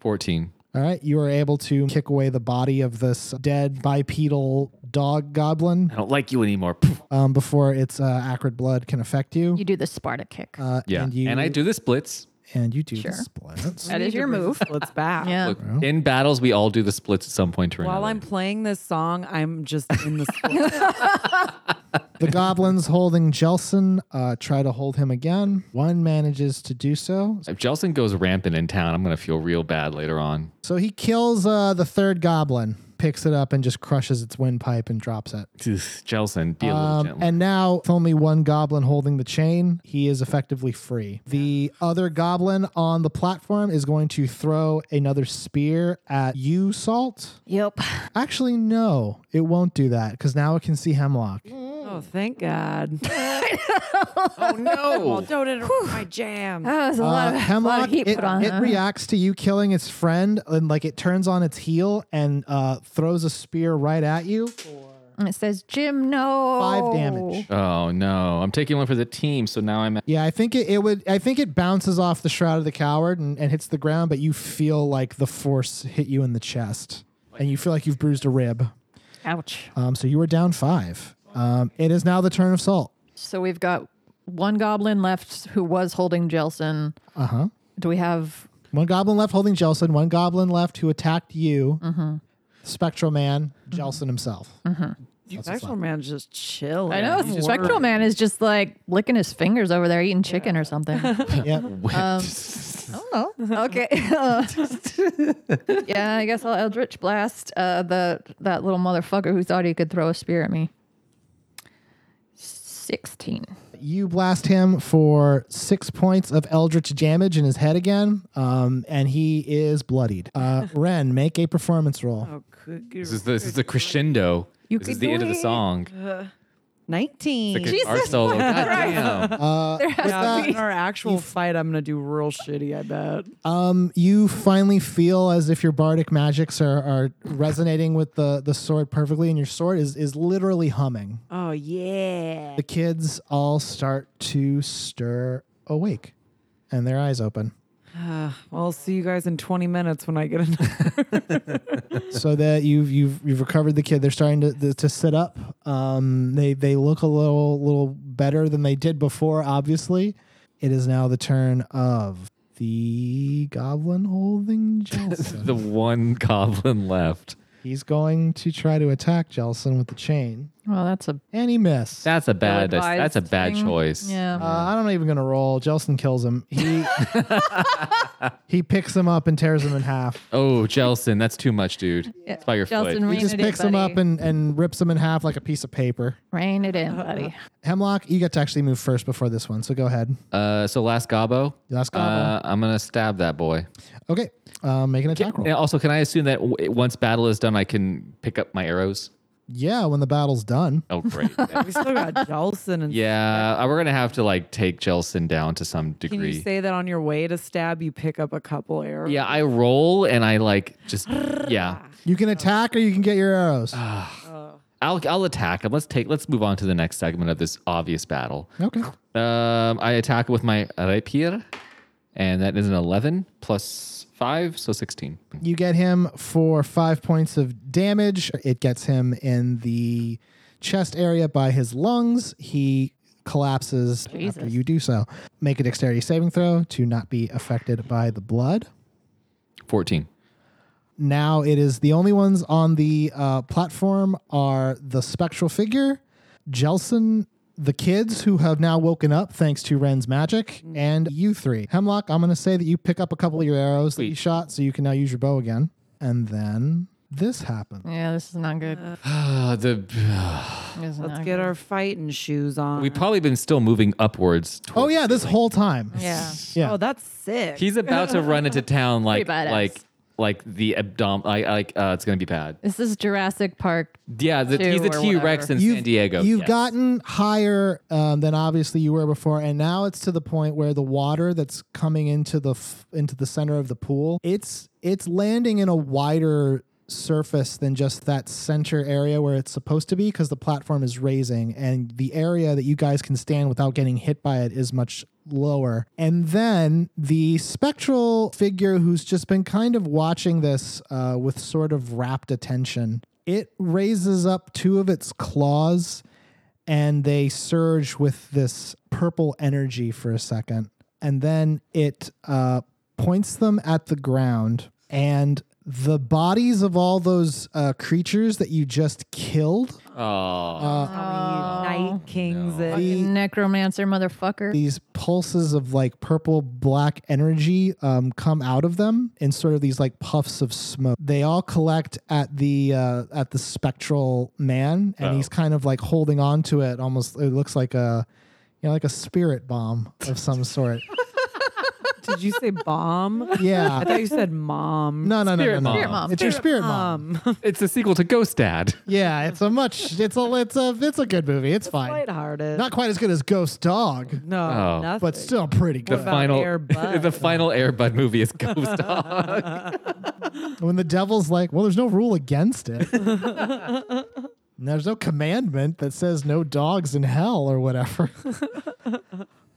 Fourteen.
All right, you are able to kick away the body of this dead bipedal dog goblin
I don't like you anymore. Poof.
um, before its uh, acrid blood can affect you.
You do the Sparta kick.
Uh,
Yeah,
and, you,
and I do the splits.
and you do the
Sure.
splits.
that is your move.
Let's back.
Yeah.
Look, in battles, we all do the splits at some point or
While I'm
another.
playing this song, I'm just in the split.
The goblins holding Jelson uh, try to hold him again. One manages to do so.
if Jelson goes rampant in town, I'm gonna feel real bad later on.
So he kills uh, the third goblin, picks it up, and just crushes its windpipe and drops it.
Jelson, be a little
Um,
gentle.
and now, with only one goblin holding the chain, he is effectively free. The other goblin on the platform is going to throw another spear at you, Salt.
Yep.
Actually, no, it won't do that because now it can see Hemlock.
oh, thank God.
oh no!
Don't interrupt my jam.
Oh, there's a
Uh,
lot, of, lot
Hemlock,
of heat
it,
put on
it
that.
reacts to you killing its friend and like it turns on its heel and uh, throws a spear right at you.
And it says, Jim, no.
Uh, Five damage.
Oh no! I'm taking one for the team, so now I'm. At-
Yeah, I think it, it would. I think it bounces off the shroud of the coward and, and hits the ground, but you feel like the force hit you in the chest, and you feel like you've bruised a rib.
Ouch.
Um, so you are down five. Um, it is now the turn of Salt.
So we've got one goblin left who was holding Jelson.
Uh huh.
Do we have
One goblin left holding Jelson. One goblin left who attacked you.
Mm-hmm.
Spectral Man, Jelson himself.
Spectral Man's just chilling.
I know. Spectral Man is just like licking his fingers over there, eating chicken or something. I
Yep.
Um, don't know. Okay. yeah, I guess I'll Eldritch Blast uh, the that little motherfucker who thought he could throw a spear at me. 16.
You blast him for six points of Eldritch damage in his head again, um, and he is bloodied. Uh, Ren, make a performance roll.
Oh, good
This is the, this is the crescendo.
You
this
could
is the
do
end of the
it.
song.
Nineteen.
It's our solo. God damn.
Yeah, in our actual fight, I'm gonna do real shitty. I bet.
Um, you finally feel as if your bardic magics are, are resonating with the, the sword perfectly, and your sword is, is literally humming.
Oh yeah.
The kids all start to stir awake, and their eyes open.
Well, I'll see you guys in 20 minutes when I get another.
so that you've you've you've recovered the kid. They're starting to to, to sit up. Um, they they look a little little better than they did before. Obviously, it is now the turn of the goblin holding Jelson.
the one goblin left.
He's going to try to attack Jelson with the chain,
Well, that's a
and he missed.
That's a bad.
ill-advised
That's a bad
thing.
choice.
Yeah.
uh, I'm not even gonna roll. Jelson kills him. He he picks him up and tears him in half.
Oh, Jelson, that's too much, dude. It's by your
Jelson,
foot.
He just picks him up and, and rips him in half like a piece of paper.
Rain it in, buddy.
Hemlock, you got to actually move first before this one, so go ahead.
Uh, so last gobbo.
Last
Uh,
gobbo.
I'm gonna stab that boy.
Okay, uh, make an attack roll.
And also, can I assume that w- once battle is done, I can pick up my arrows?
Yeah, when the battle's done.
Oh, great.
we still got Jelson and
yeah, uh, we're gonna have to like take Jelson down to some
Can you
degree.
say that on your way to stab, you pick up a couple arrows?
Yeah, I roll and I like just yeah.
You can attack or you can get your arrows.
I'll I'll attack him. Let's take. Let's move on to the next segment of this obvious battle.
Okay.
Um, I attack with my rapier, and that is an eleven plus five, so sixteen.
You get him for five points of damage. It gets him in the chest area by his lungs. He collapses after you do so. Make a dexterity saving throw to not be affected by the blood.
Fourteen.
Now it is the only ones on the uh, platform are the spectral figure, Jelson, the kids who have now woken up thanks to Ren's magic,
Mm.
and you three. Hemlock, I'm going to say that you pick up a couple of your arrows that you
Sweet.
shot, so you can now use your bow again. And then this happens.
Mm.
Yeah, this is not good.
Uh, the
This is
Let's
not
get
good.
our fighting shoes on.
we've probably been still moving upwards.
Oh
towards-
yeah, this whole time.
Yeah.
Yeah.
Oh, that's sick.
he's about to run into town like
Pretty badass.
like like the abdom. I like uh, it's gonna be bad.
This is Jurassic Park.
Yeah, the,
Two
he's a
or
T Rex
whatever.
in
You've-
San Diego.
You've
yes.
gotten higher um, than obviously you were before, and now it's to the point where the water that's coming into the f- into the center of the pool it's it's landing in a wider surface than just that center area where it's supposed to be because the platform is raising and the area that you guys can stand without getting hit by it is much lower and then the spectral figure who's just been kind of watching this uh, with sort of rapt attention it raises up two of its claws and they surge with this purple energy for a second. And then it uh, points them at the ground, and the bodies of all those uh, creatures that you just killed,
Oh,
Uh,
How many Night Kings.
no.
the-
it-
Fucking necromancer motherfucker.
these pulses of like purple black energy um, come out of them in sort of these like puffs of smoke. They all collect at the uh, at the spectral man, and
Oh.
he's kind of like holding on to it. Almost, it looks like a you know like a spirit bomb of some sort.
Did you say bomb? I
Yeah.
thought you said mom.
No, no, no, no, no.
Spirit mom. Spirit mom.
It's your spirit mom.
it's a sequel to Ghost Dad.
Yeah, it's a much. It's a. It's a. It's a good movie. It's fine.
Lighthearted.
Not quite as good as Ghost Dog,
no,
Oh.
nothing.
but still pretty
The
good.
about
final,
Air Bud?
the final Air Bud movie is Ghost Dog.
when the devil's like, well, there's no rule against it. and there's no commandment that says no dogs in hell or whatever.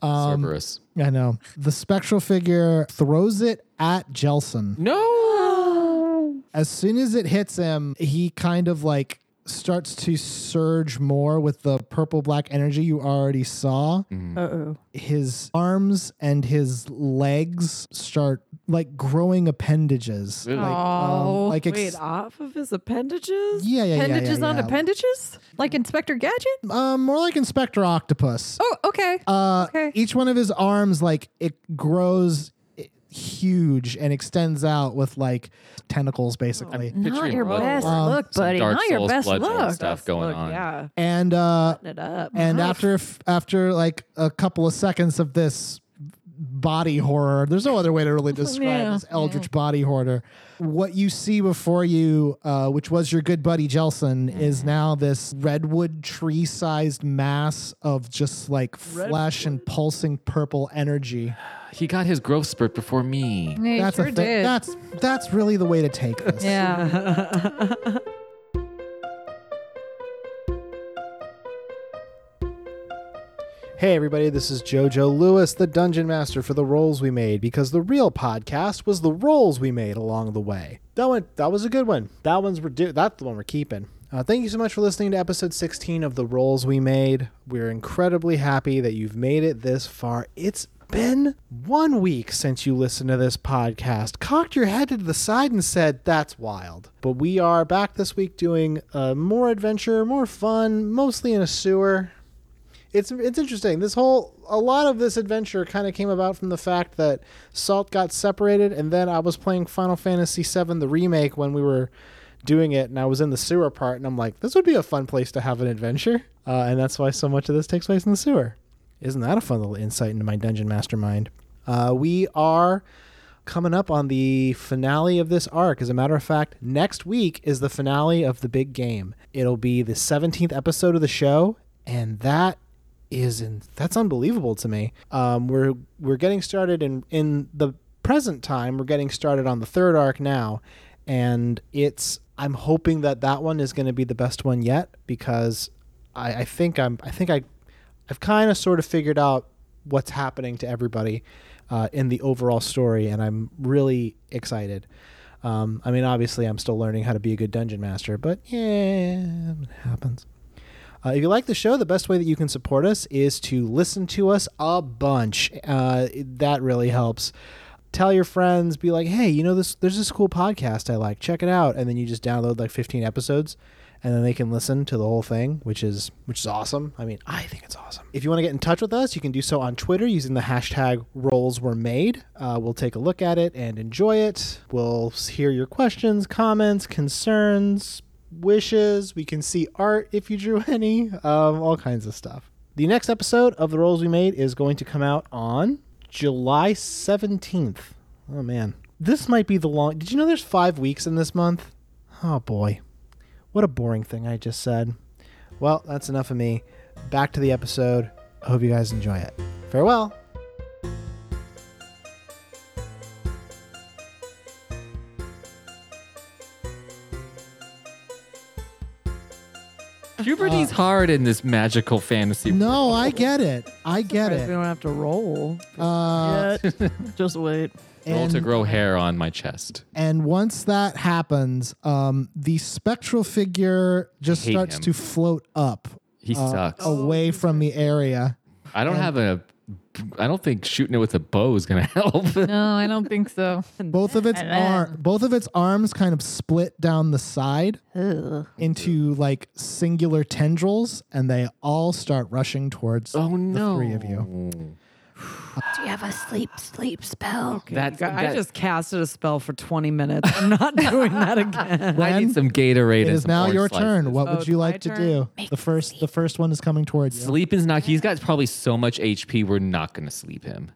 Um,
Cerberus.
I know. The spectral figure throws it at Jelson.
No.
As soon as it hits him, he kind of like starts to surge more with the purple black energy you already saw.
Uh oh.
his arms and his legs start like growing appendages.
Really?
Like, um,
Oh,
like
Wait, off of his appendages?
yeah, yeah, yeah, yeah,
appendages on
yeah.
appendages? Like Inspector Gadget?
Um, more like Inspector Octopus.
Oh, okay.
Uh,
okay.
Each one of his arms, like it grows i- huge and extends out with like tentacles, basically.
Oh,
Picturing
Not your
blood.
best
Um,
look,
Some
buddy.
Dark
Not your
Souls
best
Bloodborne
look.
stuff going
Look,
on.
Yeah.
and uh,
Putting it up.
and after f- after like a couple of seconds of this body horror there's no other way to really describe
Yeah.
this eldritch body horror what you see before you uh, which was your good buddy jelson
Mm-hmm.
is now this redwood tree sized mass of just like flesh and pulsing purple energy
He got his growth spurt before me.
Yeah, you
that's
sure
a thing
did.
that's that's really the way to take this
yeah.
Hey, everybody, this is JoJo Lewis, the dungeon master for the rolls we made, because the real podcast was the rolls we made along the way. That one, that was a good one. That one's redu- that's the one we're keeping. Uh, thank you so much for listening to episode 16 of The Rolls We Made. We're incredibly happy that you've made it this far. It's been one week since you listened to this podcast, cocked your head to the side and said, That's wild. But we are back this week doing uh, more adventure, more fun, mostly in a sewer it's it's interesting. This whole a lot of this adventure kind of came about from the fact that Salt got separated, and then I was playing Final Fantasy VII the remake when we were doing it, and I was in the sewer part, and I'm like, this would be a fun place to have an adventure, uh, and that's why so much of this takes place in the sewer. Isn't that a fun little insight into my dungeon mastermind? Uh, we are coming up on the finale of this arc. As a matter of fact, next week is the finale of the big game. It'll be the 17th episode of the show, and that is in, that's unbelievable to me. Um, we're we're getting started in in the present time. We're getting started on the third arc now, and it's I'm hoping that that one is going to be the best one yet because I, I think I'm I think I I've kind of sort of figured out what's happening to everybody uh, in the overall story, and I'm really excited. Um, I mean, obviously, I'm still learning how to be a good dungeon master, but yeah, it happens. Uh, if you like the show, the best way that you can support us is to listen to us a bunch. Uh, that really helps. Tell your friends, be like, hey, you know this? There's this cool podcast I like. Check it out, and then you just download like 15 episodes, and then they can listen to the whole thing, which is which is awesome. I mean, I think it's awesome. If you want to get in touch with us, you can do so on Twitter using the hashtag Rolls Were Made. Uh, we'll take a look at it and enjoy it. We'll s- hear your questions, comments, concerns, wishes. We can see art if you drew any, um, all kinds of stuff. The next episode of The Rolls We Made is going to come out on July 17th. Oh, man. This might be the long. Did you know there's five weeks in this month? Oh, boy. What a boring thing I just said. Well, that's enough of me. Back to the episode. I hope you guys enjoy it. Farewell.
Puberty's hard in this magical fantasy.
Uh, No, I get it. I get
Surprised We
it.
don't have to roll.
Uh,
Just wait.
Roll to grow hair on my chest.
And once that happens, um, the spectral figure just
Hate
starts
him.
to float up
He
uh,
sucks.
away from the area.
I don't have a. I don't think shooting it with a bow is gonna help.
No, I don't think so.
Both of its arm, both of its arms, kind of split down the side into like singular tendrils, and they all start rushing towards
oh no!
three of you.
Do you have a sleep sleep spell?
That's,
God, I
that-
just casted a spell for 20 minutes. I'm not doing that again.
I need some Gatorade.
It
and
is
some
now
orange
your
slices.
turn. What
Oh,
would
it's
you
my
like to
turn?
do? the first, the first one is coming towards you.
Sleep is not. He's got probably so much HP. We're not gonna sleep him.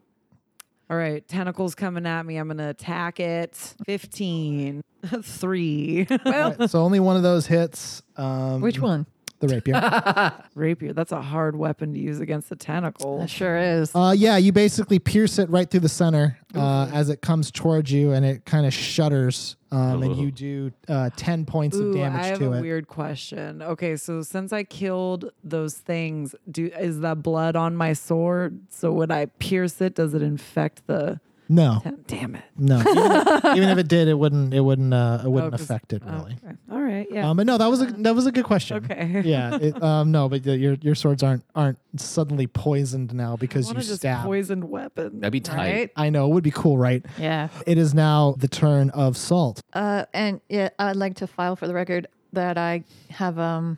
All right, tentacles coming at me. I'm going to attack it. 15. Three.
All right, so only one of those hits. Um,
Which one?
The rapier.
Rapier. That's a hard weapon to use against a tentacle.
That sure is.
Uh, yeah, you basically pierce it right through the center uh, as it comes towards you, and it kind of shudders, um, and you do uh, ten points of
Ooh,
damage
I have
to
a
it.
weird question. Okay, so since I killed those things, do is that blood on my sword? So when I pierce it, does it infect the
No,
Oh, damn it.
no. even, even if it did, it wouldn't. It wouldn't. Uh, it wouldn't
'cause-
affect it
Oh,
really.
okay. All right. Yeah.
Um, but no, that was a that was a good question.
okay.
yeah. It, um, no, but your your swords aren't aren't suddenly poisoned now because
want
you
to just
stab.
poisoned weapon.
That'd be tight.
Right?
I know it would be cool, right?
Yeah.
It is now the turn of Salt.
Uh, and yeah, I'd like to file for the record that I have um,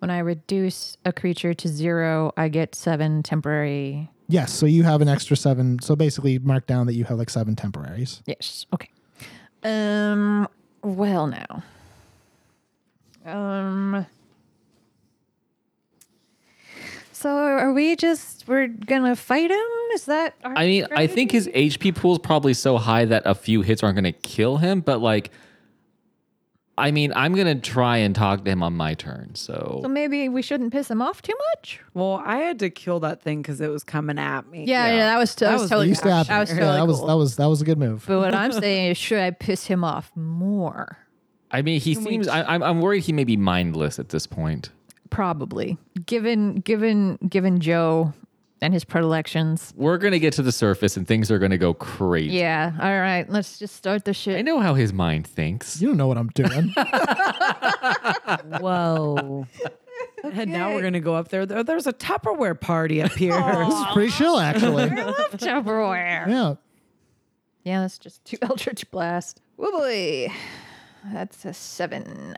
when I reduce a creature to zero, I get seven temporary.
Yes, so you have an extra seven. So basically, mark down that you have like seven temporaries.
Yes. Okay. Um. Well, now. Um. So are we just we're gonna fight him? Is that? our
I mean, I think his
strategy?
HP pool is probably so high that a few hits aren't going to kill him, but like, I mean, I'm going to try and talk to him on my turn.
So
So,
maybe we shouldn't piss him off too much.
Well, I had to kill that thing because it was coming at me.
Yeah, yeah, that was, that
That
was,
was
totally.
you stabbed.
that was
him.
totally
yeah, that was
cool.
that was that was a good move.
But what I'm saying is, should I piss him off more?
I mean, he seems, I, I'm, I'm worried he may be mindless at this point.
Probably, given given given Joe and his predilections.
We're going to get to the surface and things are going to go crazy.
Yeah. All right. Let's just start
I
the shit.
know how his mind thinks.
You don't know what I'm doing.
Whoa. And now we're gonna go up there. There- There's a Tupperware party up here.
This is pretty chill, actually.
Love Tupperware.
Yeah.
Yeah, that's just two Eldritch Blast. Woo boy. That's a seven.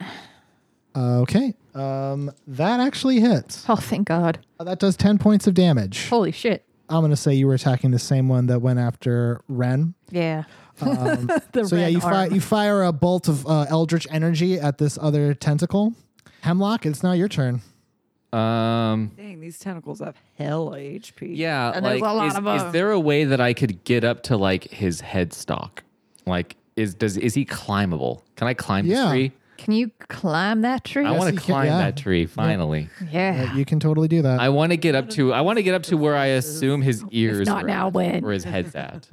Uh, okay. Um, that actually hits.
Oh, thank God.
Uh, That does ten points of damage.
Holy shit.
I'm gonna say you were attacking the same one that went after Ren.
Yeah. the
Um, so yeah,
red
you
arm.
fire you fire a bolt of uh, eldritch energy at this other tentacle. Hemlock, it's now your turn.
Um,
Dang, these tentacles have hell HP.
yeah.
And
like,
there's a lot
is,
of uh,
is
them.
there a way that I could get up to like his headstock? Like, is, does, is he climbable? Can I climb
Yeah.
this tree?
Can you climb that tree?
I want
he
to
can-
climb
yeah.
that tree finally.
yeah.
You can totally do that.
I want to get up to. I want to get up to where I assume his ears.
not
are
now,
at,
when?
Or his head's at.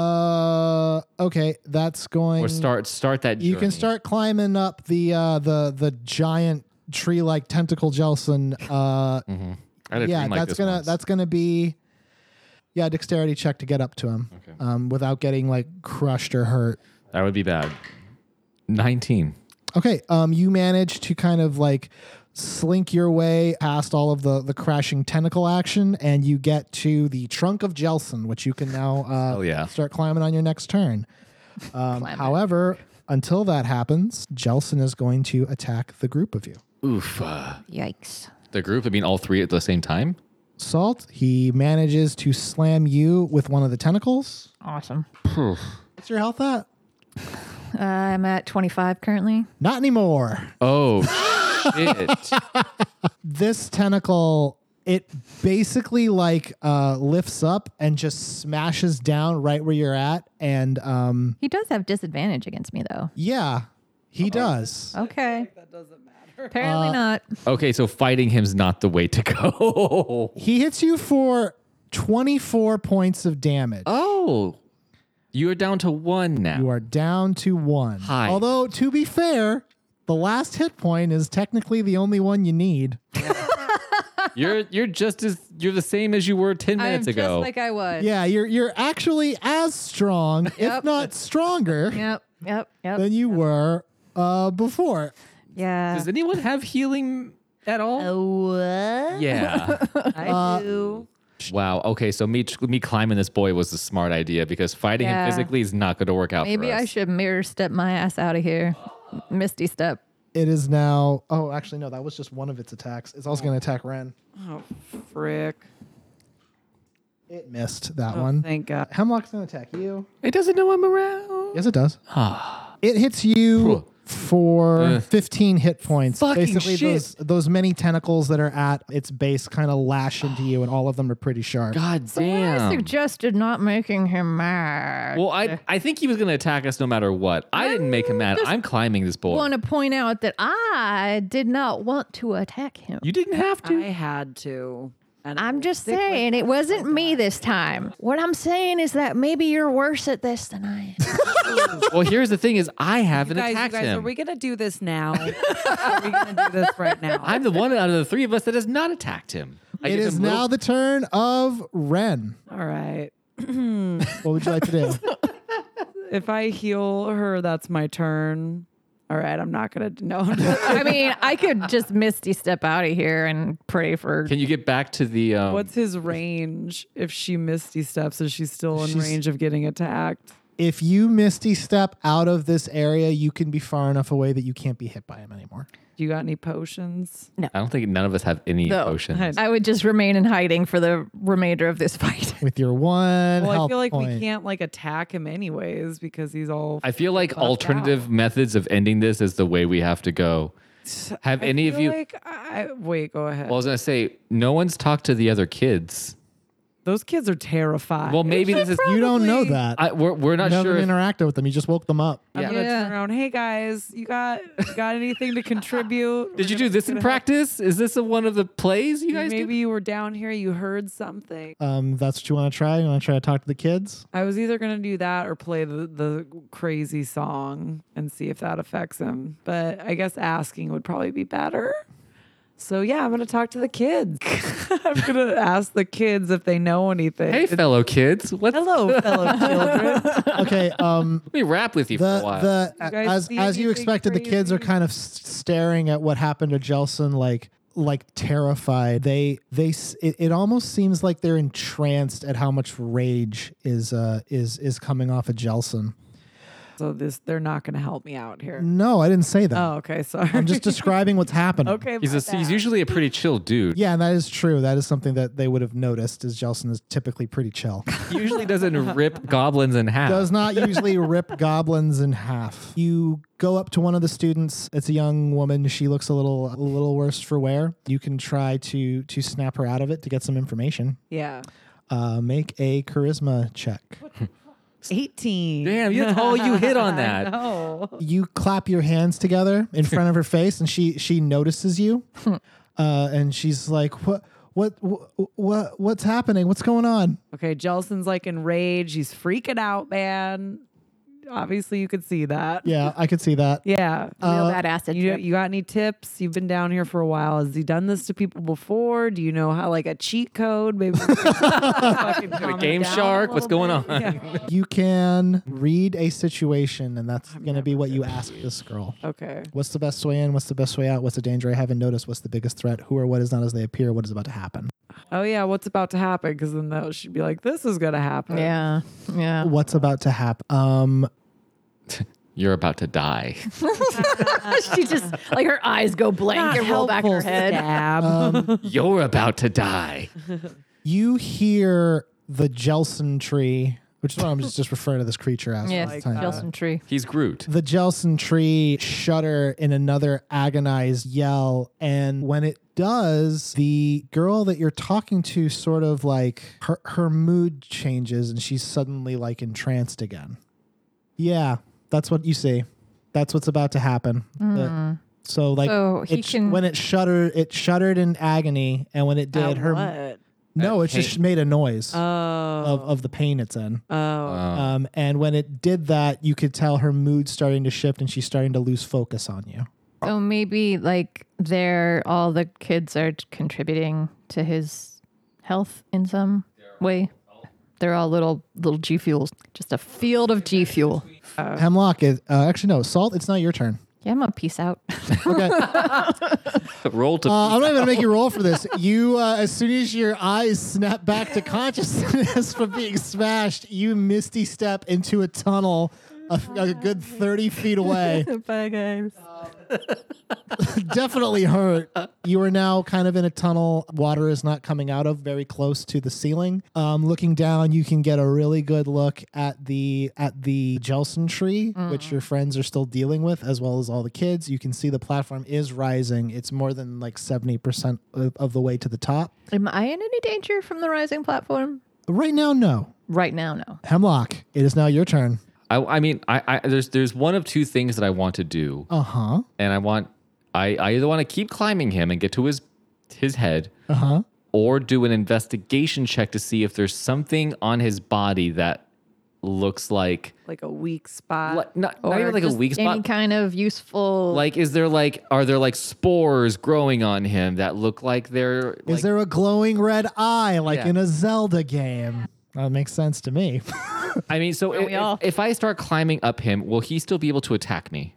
Uh, okay, that's going.
Or start start that.
You can
journey.
start climbing up the uh, the the giant tree-like tentacle Jelson. Uh,
I had a
yeah,
dream like
that's
this
gonna
once.
that's gonna be yeah dexterity check to get up to him um, without getting like crushed or hurt.
that would be bad. Nineteen.
Okay, um, you manage to kind of like slink your way past all of the the crashing tentacle action, and you get to the trunk of Jelson, which you can now uh,
Hell yeah.
start climbing on your next turn. Um, however, until that happens, Jelson is going to attack the group of you.
Oof. uh,
Yikes.
the group. I mean, all three at the same time.
Salt, he manages to slam you with one of the tentacles.
Awesome.
What's your health at?
I'm at 25 currently.
Not anymore.
Oh shit!
This tentacle, it basically like uh, lifts up and just smashes down right where you're at. And um,
He does have disadvantage against me, though.
yeah, he does.
Okay. That doesn't matter. Apparently not.
Okay, so fighting him's not the way to go.
He hits you for 24 points of damage.
Oh, you are down to one now.
You are down to one.
Hi.
Although, to be fair, the last hit point is technically the only one you need.
You're you're just as you're the same as you were ten
I'm
minutes
just
ago.
like I was.
Yeah, you're you're actually as strong, if
Yep.
not stronger,
Yep. Yep. Yep.
than you were uh, before.
yeah.
Does anyone have healing at all?
Oh. What?
Yeah.
I
Uh,
do.
Wow. Okay. So me me climbing this boy was a smart idea because fighting
Yeah.
him physically is not going to work out.
Maybe
for us.
I should mirror step my ass out of here. Misty step.
It is now. Oh, actually, no, that was just one of its attacks. It's also going to attack Ren.
Oh, frick.
It missed that
Oh,
one.
Thank God.
Hemlock's going to attack you.
It doesn't know I'm around.
Yes, it does. it hits you for
Ah. Eh.
15 hit points.
Fucking
Basically,
shit.
those those many tentacles that are at its base kind of lash into you, and all of them are pretty sharp.
God
I
damn.
suggested not making him mad.
Well, I I think he was going to attack us no matter what. I didn't make him mad. I'm climbing this boy.
want to point out that I did not want to attack him.
you didn't have
I
to.
had to. And I
I'm
will
just
stick with
saying, it wasn't me this time. What I'm saying is that maybe you're worse at this than I am.
well, here's the thing: is I
You
haven't
guys, you
attacked
guys, are
him.
we gonna do this now? are we gonna do this right now?
I'm the one out of the three of us that has not attacked him. I
It
give
is
him
now
little-
the turn of Ren.
All right.
What would you like to do?
If I heal her, that's my turn. All right, I'm not gonna. No,
I mean, I could just misty step out of here and pray for.
Can you get back to the? Um,
what's his range? If she misty steps, is she still in
She's-
range of getting attacked?
If you misty step out of this area, you can be far enough away that you can't be hit by him anymore.
Do you got any potions?
I don't think none of us have any
No.
potions.
I-
Oh, I would just remain in hiding for the remainder of this fight.
With your one
Well, I
health
feel like we
point.
can't like attack him anyways because he's all.
I feel like
buffed out.
alternative methods of ending this is the way we have to go. Have
I
any of
feel
you?
Like I, wait, go ahead.
well, I was gonna say no one's talked to the other kids.
Those kids are terrified.
Well, maybe this is
You don't know
probably-
that.
I, we're we're not
you
sure. If,
haven't interacted with them. You just woke them up.
I'm
Yeah.
gonna
Yeah.
turn around. Hey guys, you got you got anything to contribute?
did you
We're
do
gonna-
this in practice? Is this a, one of the plays you guys
Maybe you were down here. You heard something.
Uh,
Um, that's what you want to try. You want to try to talk to the kids.
I was either gonna do that or play the, the crazy song and see if that affects him. But I guess asking would probably be better. So yeah, I'm gonna talk to the kids. I'm gonna ask the kids if they know anything.
do? Hey, fellow kids, let's,
Hello, fellow children.
Okay. Um,
let me rap with you for a while.
the, the
You guys
as
see
as you
anything
expected, the kids are
crazy?
kind of s- staring at what happened to Jelson, like like terrified. They they s- it, it almost seems like they're entranced at how much rage is uh is is coming off of Jelson.
so this they're not gonna help me out
Mm.
here.
No, I didn't say that.
Oh, okay, sorry.
I'm just describing what's happening.
okay.
he's
my
a, he's
bad.
usually a pretty chill dude.
Yeah, and that is true. That is something that they would have noticed. Is Jelson is typically pretty chill.
He usually doesn't rip goblins in half.
does not usually rip goblins in half. You go up to one of the students. It's a young woman. She looks a little a little worse for wear. You can try to to snap her out of it to get some information.
yeah.
Uh, make a charisma check.
18.
Damn, you- that's all you hit on that.
Oh.
You clap your hands together in front of her face, and she she notices you, uh, and she's like, "What? What? What? What's happening? What's going on?"
Okay, Jelson's like enraged. He's freaking out, man. Obviously, you could see that.
Yeah, I could see that.
Yeah.
Real bad acid
You,
trip.
you got any tips? You've been down here for a while. Has he done this to people before? Do you know how, like, a cheat code? Maybe a
Game Shark? What's going on?
You can read a situation, and that's going to be what you ask this girl.
Okay.
What's the best way in? What's the best way out? What's the danger I haven't noticed? What's the biggest threat? Who or what is not as they appear? What is about to happen?
Oh, yeah. What's about to happen? Because then that she'd be like, this is going to happen.
Yeah, yeah.
What's about to happen? Um,
You're about to die.
Uh, she just like her eyes go blank
Not
and roll back her
helpful,
head.
stab.
You're about to die.
you hear the Jelson tree, which is what I'm just, just referring to this creature as. all the
Yes,
time.
Jelson tree.
He's Groot.
The Jelson tree shudder in another agonized yell. And when it does, the girl that you're talking to sort of like her, her mood changes and she's suddenly like entranced again. Yeah, that's what you see. That's what's about to happen. Uh, so like
Mm. So he
it sh-
can-
when it shuddered, it shuddered in agony, and when it did, her
What?
no,
Uh,
it just
pain.
made a noise
Oh.
of of the pain it's in.
oh.
Um, and when it did that, you could tell her mood starting to shift and she's starting to lose focus on you.
So maybe like they're all the kids are contributing to his health in some way. They're all little little G fuels, just a field of G fuel.
Hemlock is uh, actually no salt. It's not your turn.
Yeah, I'm gonna peace out.
Okay, uh,
Roll to.
I'm not even gonna make you roll for this. You, uh, as soon as your eyes snap back to consciousness from being smashed, you misty step into a tunnel. A, a good 30 feet away.
Bye guys.
Definitely hurt. You are now kind of in a tunnel. Water is not coming out of very close to the ceiling. Um, looking down, you can get a really good look at the at the Jelson tree, which your friends are still dealing with, as well as all the kids. You can see the platform is rising. It's more than like seventy percent of, of the way to the top.
Am I in any danger from the rising platform?
Right now, no.
Right now, no.
Hemlock, it is now your turn.
I, I mean, I, I there's there's one of two things that I want to do,
Uh huh.
and I want I, I either want to keep climbing him and get to his his head,
Uh huh.
or do an investigation check to see if there's something on his body that looks like
like a weak spot.
like- not, not even like a
Uh, just
weak
Any
spot.
kind of useful.
like, is there like are there like spores growing on him that look like they're
Is
like-
there a glowing red eye like
Yeah.
in a Zelda game? That makes sense to me.
I mean, so
Aren't we all?
if, if I start climbing up him, will he still be able to attack me?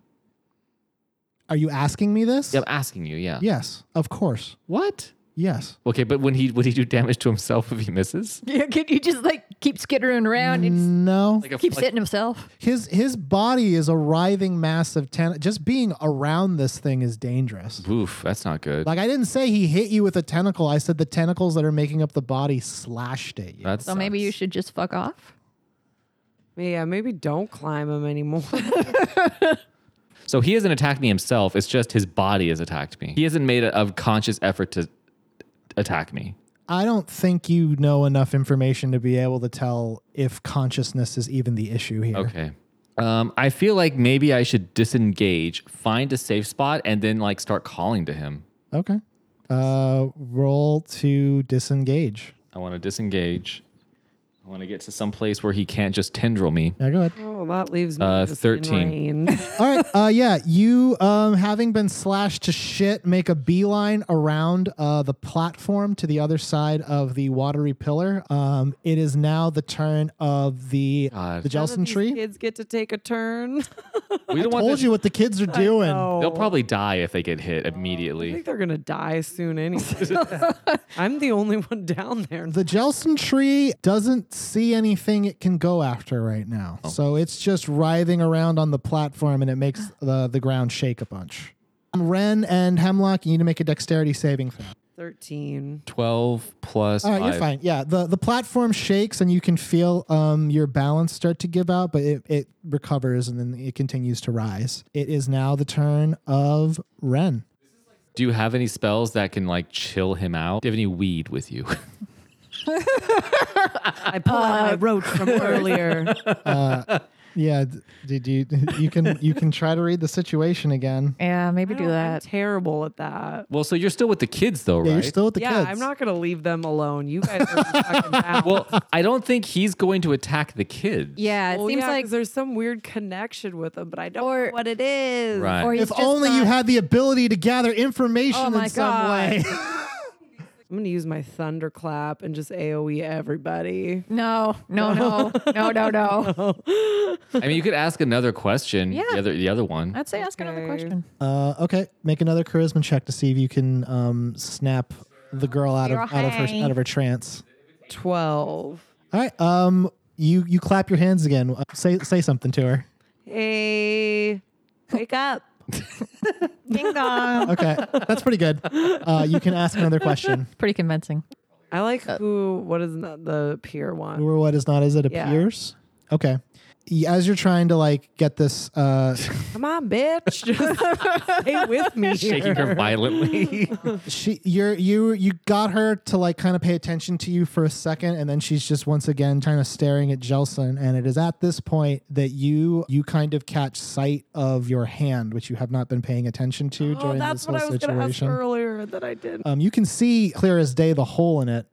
Are you asking me this?
I'm asking you, yeah.
Yes, of course.
What?
Yes.
Okay, but when he would he do damage to himself if he misses?
Yeah, can you just like keep skittering around and
No.
Like a,
just keeps
Mm, like-
hitting himself?
His his body is a writhing mass of ten. Just being around this thing is dangerous.
Oof, that's not good.
Like I didn't say he hit you with a tentacle. I said the tentacles that are making up the body slashed at you.
That's
So maybe you should just fuck off.
Yeah, maybe don't climb him anymore.
So he hasn't attacked me himself. It's just his body has attacked me. He hasn't made a, a conscious effort to attack me.
I don't think you know enough information to be able to tell if consciousness is even the issue here.
Okay. Um, I feel like maybe I should disengage, find a safe spot, and then like start calling to him.
Okay. Uh, roll to disengage.
I want to disengage. I want to get to some place where he can't just tendril me.
Yeah, go ahead.
oh, that leaves me
Uh,
just
13.
In range.
All right. Uh, yeah, you um, having been slashed to shit, make a beeline around uh, the platform to the other side of the watery pillar. Um, it is now the turn of the
God.
the
None of
Jelson
these
tree.
Kids get to take a turn.
We don't want
Told
this-
you what the kids are doing.
They'll
No.
probably die if they get hit
I
immediately.
think they're gonna die soon anyway. I'm the only one down there.
The Jelson tree doesn't see anything it can go after right now. So it's just writhing around on the platform and it makes the, the ground shake a bunch. Um, Ren and Hemlock, you need to make a dexterity saving throw.
Thirteen.
12 plus.
All right,
five.
you're fine. Yeah, the, the platform shakes and you can feel um, your balance start to give out, but it, it recovers and then it continues to rise. It is now the turn of Ren.
Do you have any spells that can like chill him out? Do you have any weed with you?
I pull out my roach from earlier.
Yeah, d- did you you can you can try to read the situation again.
Yeah, maybe do
I'm
that.
terrible at that.
well, so you're still with the kids though,
Yeah,
right?
you're still with the
yeah,
kids.
I'm not gonna leave them alone. You guys are fucking down.
well, I don't think he's going to attack the kids.
yeah, it
Well,
seems
yeah, 'cause
like.
there's some weird connection with them, but I don't
Or-
know what it is.
Right.
Or he's
If
just
only you
not-
had the ability to gather information
Oh my
in some
God.
way.
I'm gonna use my thunderclap and just AOE everybody.
No, no, no, no, no, no.
I mean, you could ask another question.
Yeah.
The other, the other one.
I'd say ask another
Okay.
question.
uh, okay, make another charisma check to see if you can um, snap the girl out of
You're
out of her
okay.
out of her trance.
Twelve.
All right, um, you you clap your hands again. Uh, say say something to her.
Hey, wake up.
Ding dong.
Okay, that's pretty good. Uh, you can ask another question.
Pretty convincing.
I like
Uh,
who. What is not the peer one?
Or what is not as it
Yeah.
appears. Okay, Y- as you're trying to like get this. Uh,
Come on, bitch. Just Stay with me.
Shaking her violently.
she you're you you got her to like kind of pay attention to you for a second and then she's just once again kind of staring at Jelson and it is at this point that you you kind of catch sight of your hand which you have not been paying attention to
Oh,
during
that's
this
what I
whole
was gonna ask
situation.
earlier that I did.
Um you can see clear as day the hole in it.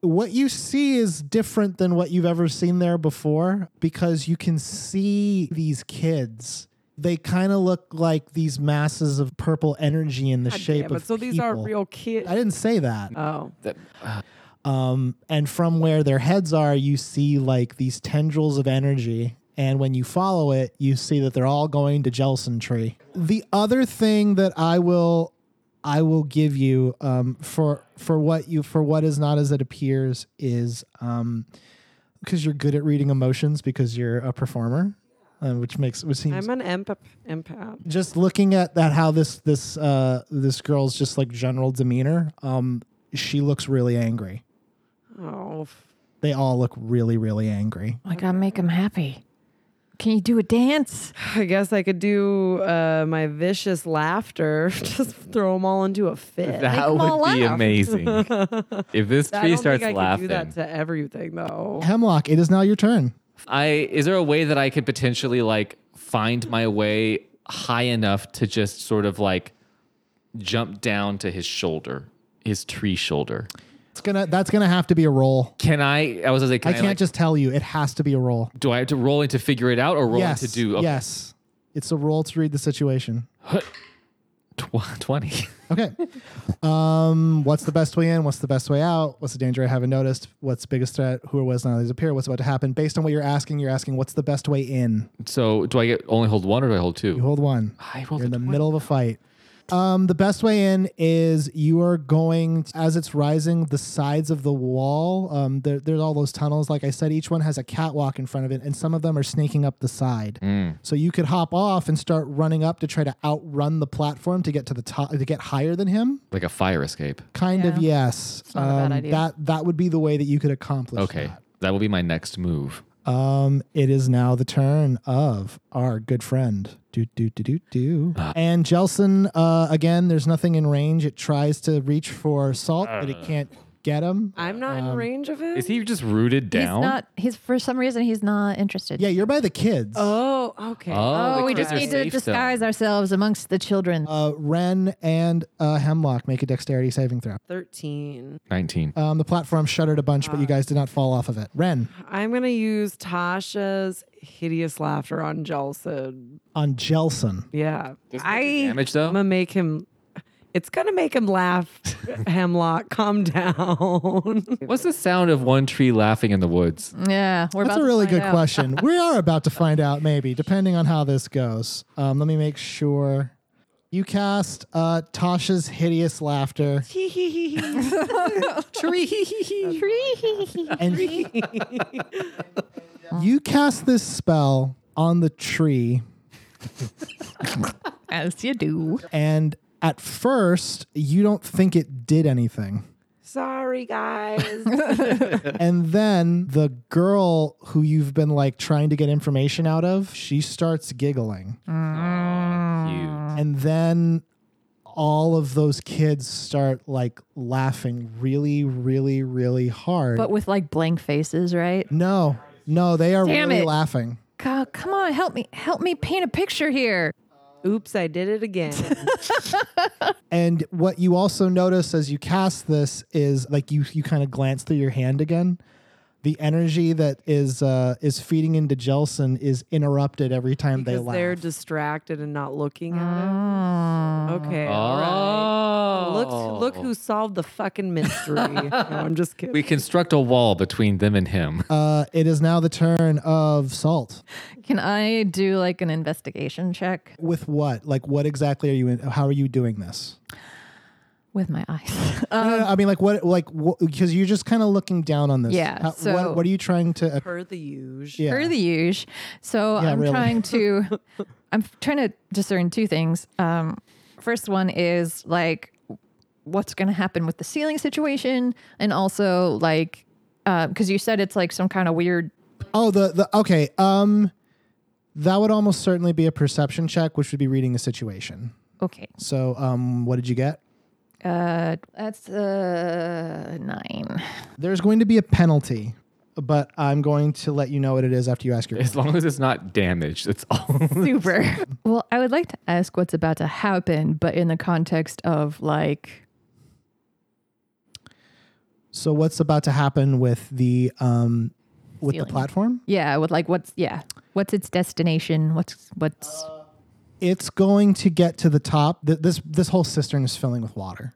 What you see is different than what you've ever seen there before because you can see these kids they kind of look like these masses of purple energy in the shape
Damn it.
of
So these aren't
people.
real kids.
I didn't say that.
Oh,
Um, and from where their heads are, you see like these tendrils of energy. And when you follow it, you see that they're all going to Jelson Tree. The other thing that I will, I will give you um, for for what you for what is not as it appears is um, because you're good at reading emotions because you're a performer, uh, which makes which seems
I'm an empath. empath.
just looking at that how this this uh this girl's just like general demeanor um she looks really angry
Oh, f-
they all look really really angry
I gotta Oh make him happy. Can you do a dance?
I guess I could do uh, my vicious laughter. Just throw them all into a fit.
that
them all
would be
laugh.
amazing. if this
I
tree
don't
starts
think I
laughing,
could do that to everything though.
hemlock it is now your turn
I is there a way that I could potentially like find my way high enough to just sort of like jump down to his shoulder, his tree shoulder?
it's gonna that's gonna have to be a roll
Can I? I was like, can
i
I,
can't
like,
just tell you it has to be a roll
Do I have to roll in to figure it out or roll in
yes
to do? Okay.
yes it's a roll to read the situation
Tw- 20.
Okay. Um, what's the best way in? What's the best way out? What's the danger I haven't noticed? What's the biggest threat? Who or was none of these appear? What's about to happen? Based on what you're asking, you're asking what's the best way in?
So do I get only hold one or do I hold two?
You hold one.
I rolled
You're in
a
the
20.
middle of a fight. Um, the best way in is you are going as it's rising the sides of the wall. Um, there, there's all those tunnels. Like I said, each one has a catwalk in front of it, and some of them are snaking up the side. So you could hop off and start running up to try to outrun the platform to get to the top to get higher than him.
like a fire escape.
Kind of yes. Um,
not a bad idea.
That that would be the way that you could accomplish.
Okay, that will be my next move.
that. Um, it is now the turn of our good friend. Do do do do do. and Jelson, uh, again, there's nothing in range. It tries to reach for salt, but it can't get him.
I'm not in range of him.
Um, Is he just rooted
He's
down?
not. He's for some reason he's not interested.
yeah, you're by the kids.
oh, okay.
oh,
Oh,
the
we
kids
just
are
need to
safe zone.
disguise ourselves amongst the children.
Uh, Ren and uh, Hemlock make a dexterity saving throw.
13.
Nineteen.
Um, the platform shuddered a bunch,
Ah.
but you guys did not fall off of it. Ren
I'm going to use Tasha's hideous laughter on Jelson.
on Jelson.
Yeah. I
damage, though?
I'm going to make him. It's going to make him laugh, Hemlock. Calm down.
What's the sound of one tree laughing in the woods?
yeah, we're
That's a
about to
really
find
good
out.
question. we are about to find out, maybe, depending on how this goes. Um, let me make sure. You cast uh, Tasha's hideous laughter, and you cast this spell on the tree.
As you do.
And at first, you don't think it did anything,
Sorry, guys.
and then the girl who you've been like trying to get information out of, she starts giggling. And then all of those kids start like laughing really, really, really hard.
But with like blank faces, right?
no, no, they are
Damn
really
it.
laughing.
God, come on, help me, help me paint a picture here.
Oops, I did it again.
And what you also notice as you cast this is like you you kind of glance through your hand again. The energy that is uh, is feeding into Jelson is interrupted every time
Because
they laugh.
they're distracted and not looking at
Ah.
Mm.
him. Okay.
Oh,
All right.
Oh.
Look,
Oh.
look who solved the fucking mystery. No, I'm just kidding.
We construct a wall between them and him.
uh, it is now the turn of Salt.
Can I do like an investigation check
With what? Like, what exactly are you? In, how are you doing this?
with my eyes?
No, no, no, I mean, like what, like because you're just kind of looking down on this.
Yeah,
How-
so-
what, what are you trying to? Uh,
per the usual.
yeah.
per the huge. So
Yeah,
I'm
really.
trying to, I'm f- trying to discern two things. Um, first one is like, what's going to happen with the ceiling situation, and also like, because you said it's like some kind of weird.
oh, the the okay. Um, that would almost certainly be a perception check, which would be reading the situation.
Okay,
So, um, what did you get?
uh, that's uh nine.
There's going to be a penalty, but I'm going to let you know what it is after you ask your.
As long as it's not damaged, it's all.
Super. well, I would like to ask what's about to happen, but in the context of like,
So, what's about to happen with the um, with the
Ceiling.
platform?
yeah, with like what's yeah, what's its destination? What's what's
it's going to get to the top. Th- This this whole cistern is filling with water.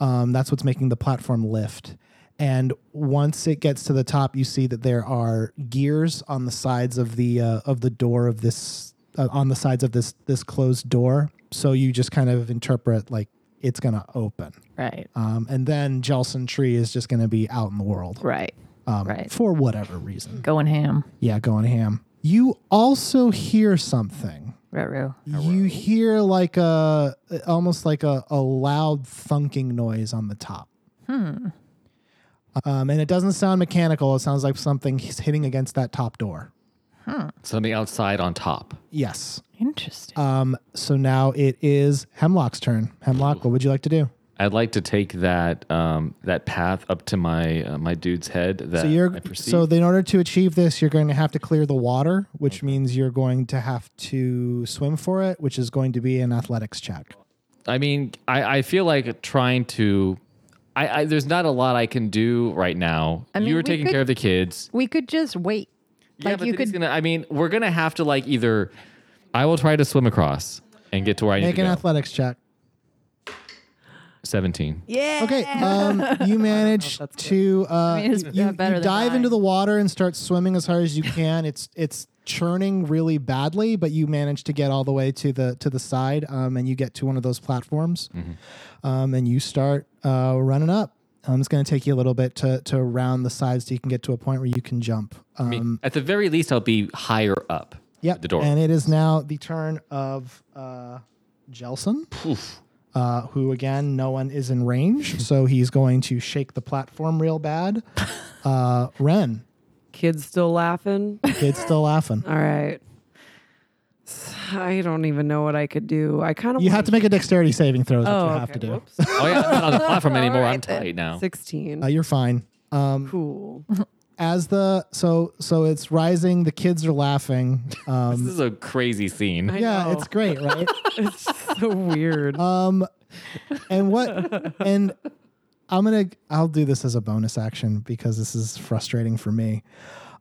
Um, that's what's making the platform lift. And once it gets to the top, you see that there are gears on the sides of the uh, of the door of this uh, on the sides of this this closed door. So you just kind of interpret like it's gonna open,
right,
um, and then Jelson Tree is just gonna be out in the world
right,
um,
right.
for whatever reason.
going ham.
Yeah, going ham. You also hear something.
Ruh-roh.
you hear like a almost like a, a loud thunking noise on the top hmm um, and it doesn't sound mechanical it sounds like something is hitting against that top door
Something outside on top.
yes
Interesting.
um, so now it is hemlock's turn hemlock what would you like to do
I'd like to take that um, that path up to my uh, my dude's head. That
so you're
I perceive.
so in order to achieve this you're going to have to clear the water which means you're going to have to swim for it which is going to be an athletics check
I mean, I, I feel like trying to. I, I there's not a lot I can do right now.
mean,
you
we
were taking
could-
care of the kids.
we could just wait.
yeah,
like
but
you
then it's
could-
Gonna, I mean, we're gonna have to like either. I will try to swim across and get to where I
make
need to
an
go.
athletics check
17.
Yeah.
Okay, um, you manage to uh,
mean, it's
you,
yeah,
you-
better
you
than
dive
mine.
into the water and start swimming as hard as you can. It's it's churning really badly, but you manage to get all the way to the to the side, um, and you get to one of those platforms, um, and you start uh, running up. Um, it's going to take you a little bit to to round the sides so you can get to a point where you can jump. Um,
I mean, At the very least, I'll be higher up.
Yep.
The door.
And it is now the turn of uh, Jelson, uh, who again, no one is in range, so he's going to shake the platform real bad. Uh, Ren,
Kids still laughing.
kid's still laughing.
All right. I don't even know what I could do. I kind of
You have to make a dexterity saving throw. Is what
Oh,
you have
okay.
to do.
Whoops.
oh, yeah. I'm not on the platform anymore. I'm tight now.
Sixteen.
Uh, you're fine. Um,
cool.
as the so so it's rising. The kids are laughing.
This
Um,
is a crazy scene.
I
yeah,
know.
it's great, right?
it's so weird.
Um, and what? And I'm gonna. I'll do this as a bonus action because this is frustrating for me.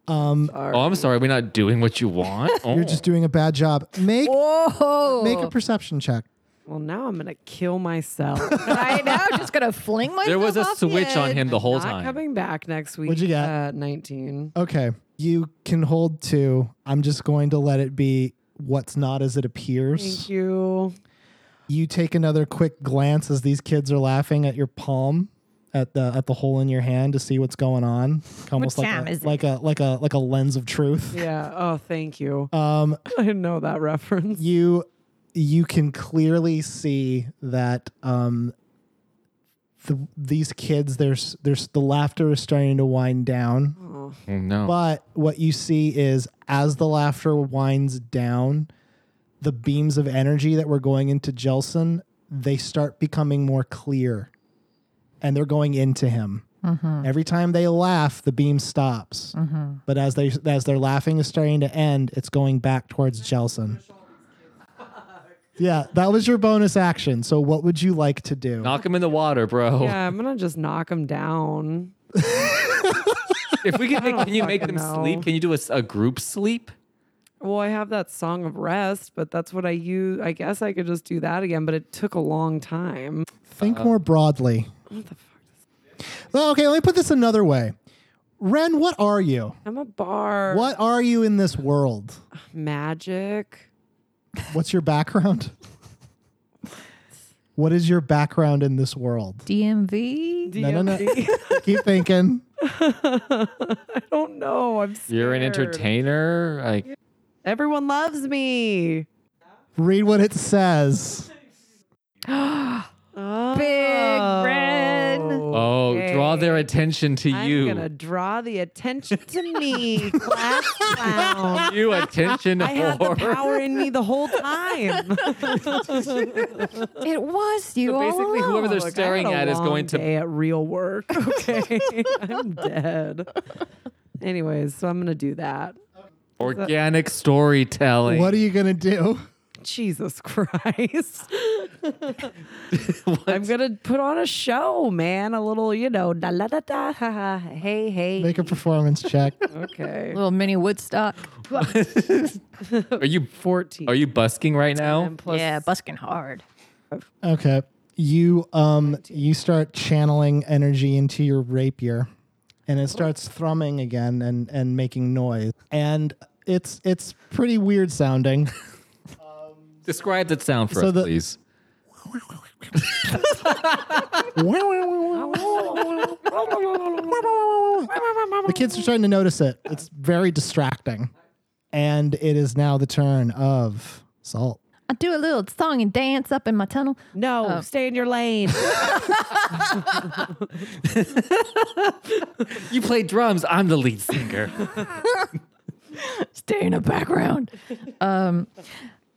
Oh, I'm sorry. We're not doing what you want. Oh.
You're just doing a bad job. Make
Whoa!
make a perception check.
well, now I'm gonna kill myself.
I know, just gonna fling myself.
there was a
off the
switch on
edge.
him the whole
Not
time.
coming back next week.
What'd you get? Oh.
Uh, Nineteen.
Okay, you can hold two. I'm just going to let it be what's not as it
Thank
appears.
you.
You take another quick glance as these kids are laughing at your palm. At the at the hole in your hand to see what's going on, almost
time
like a,
is it?
like a like a like a lens of truth.
Yeah. Oh, thank you.
Um,
I didn't know that reference.
you you can clearly see that um the, these kids there's there's the laughter is starting to wind down
Oh,
Oh, no.
but what you see is as the laughter winds down the beams of energy that were going into Jelson they start becoming more clear and they're going into him every time they laugh the beam stops but as they as their laughing is starting to end it's going back towards Jelson yeah that was your bonus action so what would you like to do
Knock him in the water, bro.
yeah. I'm gonna just knock him down.
If we can,
don't
can you make them
fucking know.
sleep? Can you do a, s- a group sleep?
Well, I have that song of rest, but that's what I use. I guess I could just do that again, but it took a long time.
think more broadly Well, okay, let me put this another way. Ren, what are you?
I'm a bar.
What are you in this world?
magic?
What's your background? What is your background in this world?
DMV.
No, no, no.
DMV?
Keep thinking.
I don't know. I'm scared.
You're an entertainer. Like,
Everyone loves me.
Read what it says.
Oh.
Big red.
oh, draw their attention to
I'm
you.
gonna draw the attention to me, class clown.
You attention
I had the
whore.
power in me the whole time.
It was you all
basically, whoever
along.
they're staring at is going to.
day at real work. Okay, I'm dead. Anyways, so I'm gonna do that.
Organic storytelling.
What are you going to do?
Jesus Christ! I'm gonna put on a show, man. A little, you know, da la da da, ha ha, hey hey.
Make a performance check.
okay,
little mini Woodstock.
are you
fourteen.
are you busking right now?
And plus-
yeah, busking hard.
Okay. You um you start channeling energy into your rapier and it starts thrumming again and and making noise. And it's it's pretty weird sounding.
Describe that sound for
So
us,
the-
please.
the kids are starting to notice it. It's very distracting. And it is now the turn of Salt.
I do a little song and dance up in my tunnel.
No,
Oh.
stay in your lane.
You play drums. I'm the lead singer.
Stay in the background. um,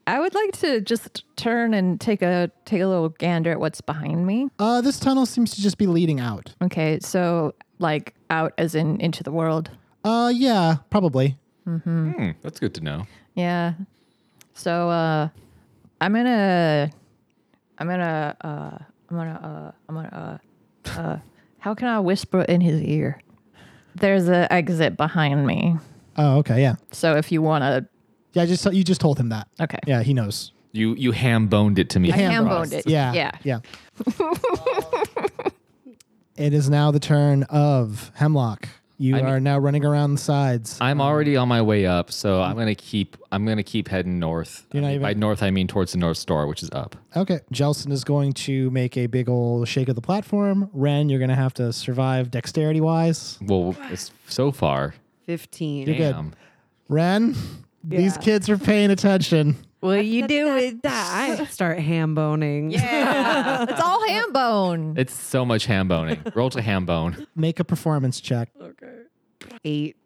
I would like to just turn and take a take a little gander at what's behind me.
Uh, this tunnel seems to just be leading out.
Okay, so like out as in into the world.
Uh, yeah, probably.
Hmm, that's good to know.
Yeah. So uh I'm gonna I'm gonna uh I'm gonna uh I'm gonna uh uh how can I whisper in his ear? There's a exit behind me.
Oh, okay, yeah,
So if you wanna
yeah. I Just you just told him that.
okay.
Yeah, he knows.
You you ham boned it to me.
I ham
boned.
boned it.
Yeah.
Yeah.
Yeah. it is now the turn of Hemlock. You
I'm-
are now running around the sides.
I'm already on my way up, so I'm gonna keep I'm gonna keep heading north.
You're not
I mean,
even-
By north, I mean towards the north star, which is up.
okay. Jelson is going to make a big old shake of the platform. Ren, you're going to have to survive dexterity wise.
Well, it's so far.
15.
You're good.
Damn.
Ren, these
Yeah.
kids are paying attention.
Will you do with that? Start ham boning.
Yeah. it's all ham bone.
It's so much ham boning. Roll to ham bone.
Make a performance check.
Okay. Eight.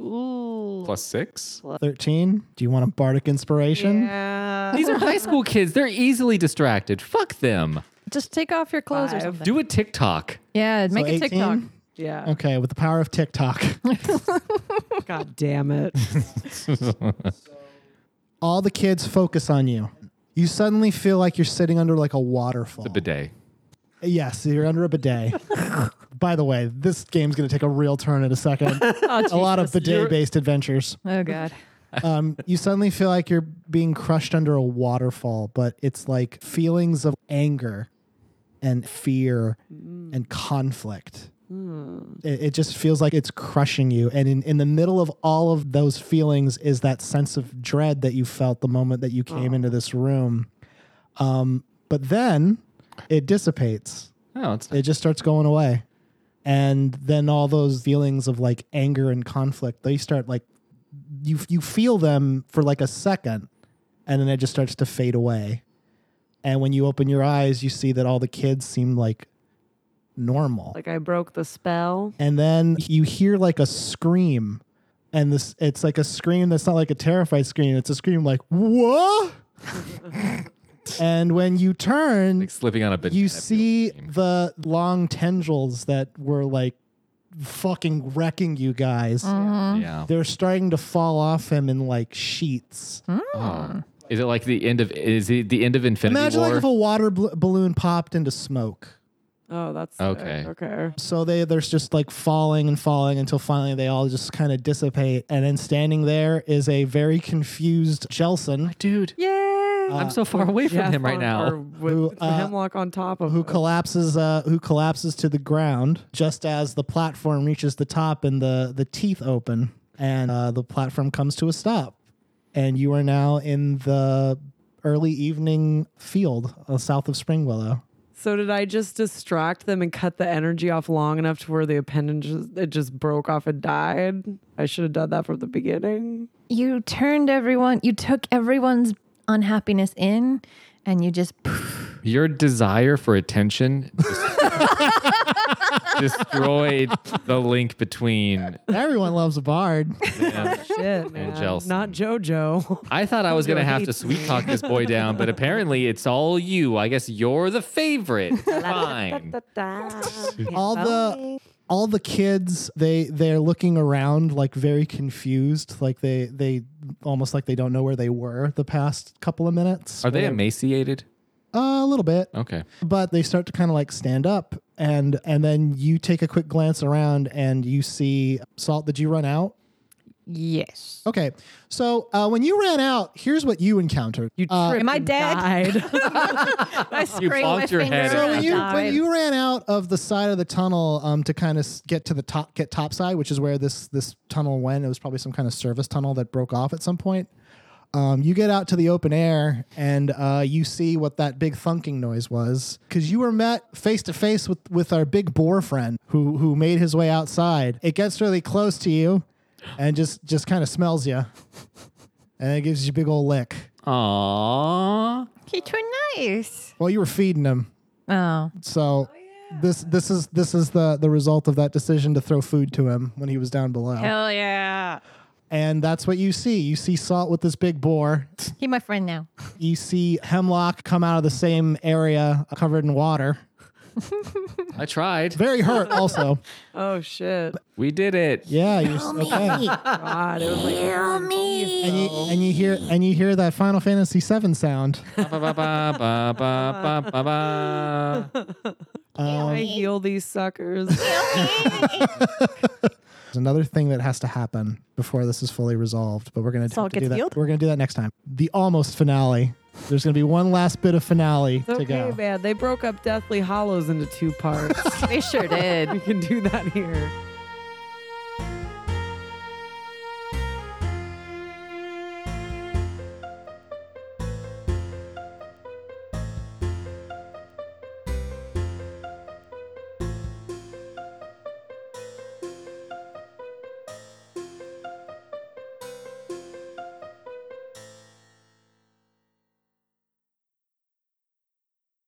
Ooh.
Plus six.
13. Do you want a bardic inspiration?
Yeah.
These are high school kids. They're easily distracted. Fuck them.
Just take off your clothes or
Five.
something.
Do a TikTok.
yeah,
So
make a
18?
TikTok.
Yeah.
Okay, with the power of TikTok.
God damn it.
all the kids focus on you. You suddenly feel like you're sitting under like a waterfall.
Bidet.
Yes, you're under a bidet. By the way, this game's going to take a real turn in a second. a lot of bidet based adventures.
Oh god.
Um, you suddenly feel like you're being crushed under a waterfall, but it's like feelings of anger and fear and conflict. It, it just feels like it's crushing you. And in, in the middle of all of those feelings is that sense of dread that you felt the moment that you came into this room. Um, but then it dissipates
Oh, it's
it just starts going away and then all those feelings of like anger and conflict they start like you you feel them for like a second and then it just starts to fade away and when you open your eyes you see that all the kids seem like normal
like I broke the spell.
and then you hear like a scream and this it's like a scream that's not like a terrified scream it's a scream like what and when you turn
like slipping on a bidet.
you see the long tendrils that were like fucking wrecking you guys.
Yeah.
They're starting to fall off him in like sheets.
Oh. Is it like the end of? Is it the end of Infinity
Imagine
War?
like if a water bl- balloon popped into smoke.
Oh, that's sick.
Okay.
Okay.
So they they're just like falling and falling until finally they all just kind of dissipate. And then standing there is a very confused Jelson
Dude,
Yay.
I'm so far away from
Yeah,
him right
or-
now.
or with
Who, uh,
hemlock on top of
who
it.
collapses uh, who collapses to the ground just as the platform reaches the top and the the teeth open and uh, the platform comes to a stop and you are now in the early evening field uh, south of spring willow
So did I just distract them and cut the energy off long enough to where the appendage just- it just broke off and died? I should have done that from the beginning.
You turned everyone you took everyone's unhappiness in and you just
Your desire for attention destroyed the link between.
everyone loves a bard
them.
Shit,
And
man.
Jelson.
Not JoJo.
I thought I was gonna have to
hates
sweet talk this boy down, but apparently it's all you. I guess you're the favorite. Fine.
all the all the kids they they're looking around like very confused like they they almost like they don't know where they were the past couple of minutes
Are they emaciated?
uh, a little bit
Okay.
but they start to kind of like stand up and and then you take a quick glance around and you see salt did you run out
Yes.
okay so uh, when you ran out here's what you encountered
You
Uh,
tripped
am I
and
dead?
died.
I
You bonked your head
so when
I
you, when you ran out of the side of the tunnel um, to kind of get to the top get top side which is where this this tunnel went it was probably some kind of service tunnel that broke off at some point um, you get out to the open air and uh, you see what that big thunking noise was because you were met face to face with with our big boar friend who who made his way outside it gets really close to you and just just kind of smells you and it gives you a big old lick
Aww.
He turned nice.
well you were feeding him
Oh.
So this this is this is the the result of that decision to throw food to him when he was down below.
Hell yeah.
And that's what you see. You see Salt with this big boar.
He my friend now.
You see Hemlock come out of the same area uh, covered in water.
I tried.
Very hurt also.
oh shit.
We did it.
Yeah, you're s- okay.
God, it was like
Kill me.
And you, and you hear and you hear that Final Fantasy VII sound.
Ba, ba, ba, ba, ba, ba, ba, ba.
I heal these suckers.
There's another thing that has to happen before this is fully resolved, but we're gonna have to do that. We're gonna do that next time. The almost finale There's going to be one last bit of finale
It's
to
okay,
go.
man. They broke up Deathly Hollows into two parts.
They sure did.
we can do that here.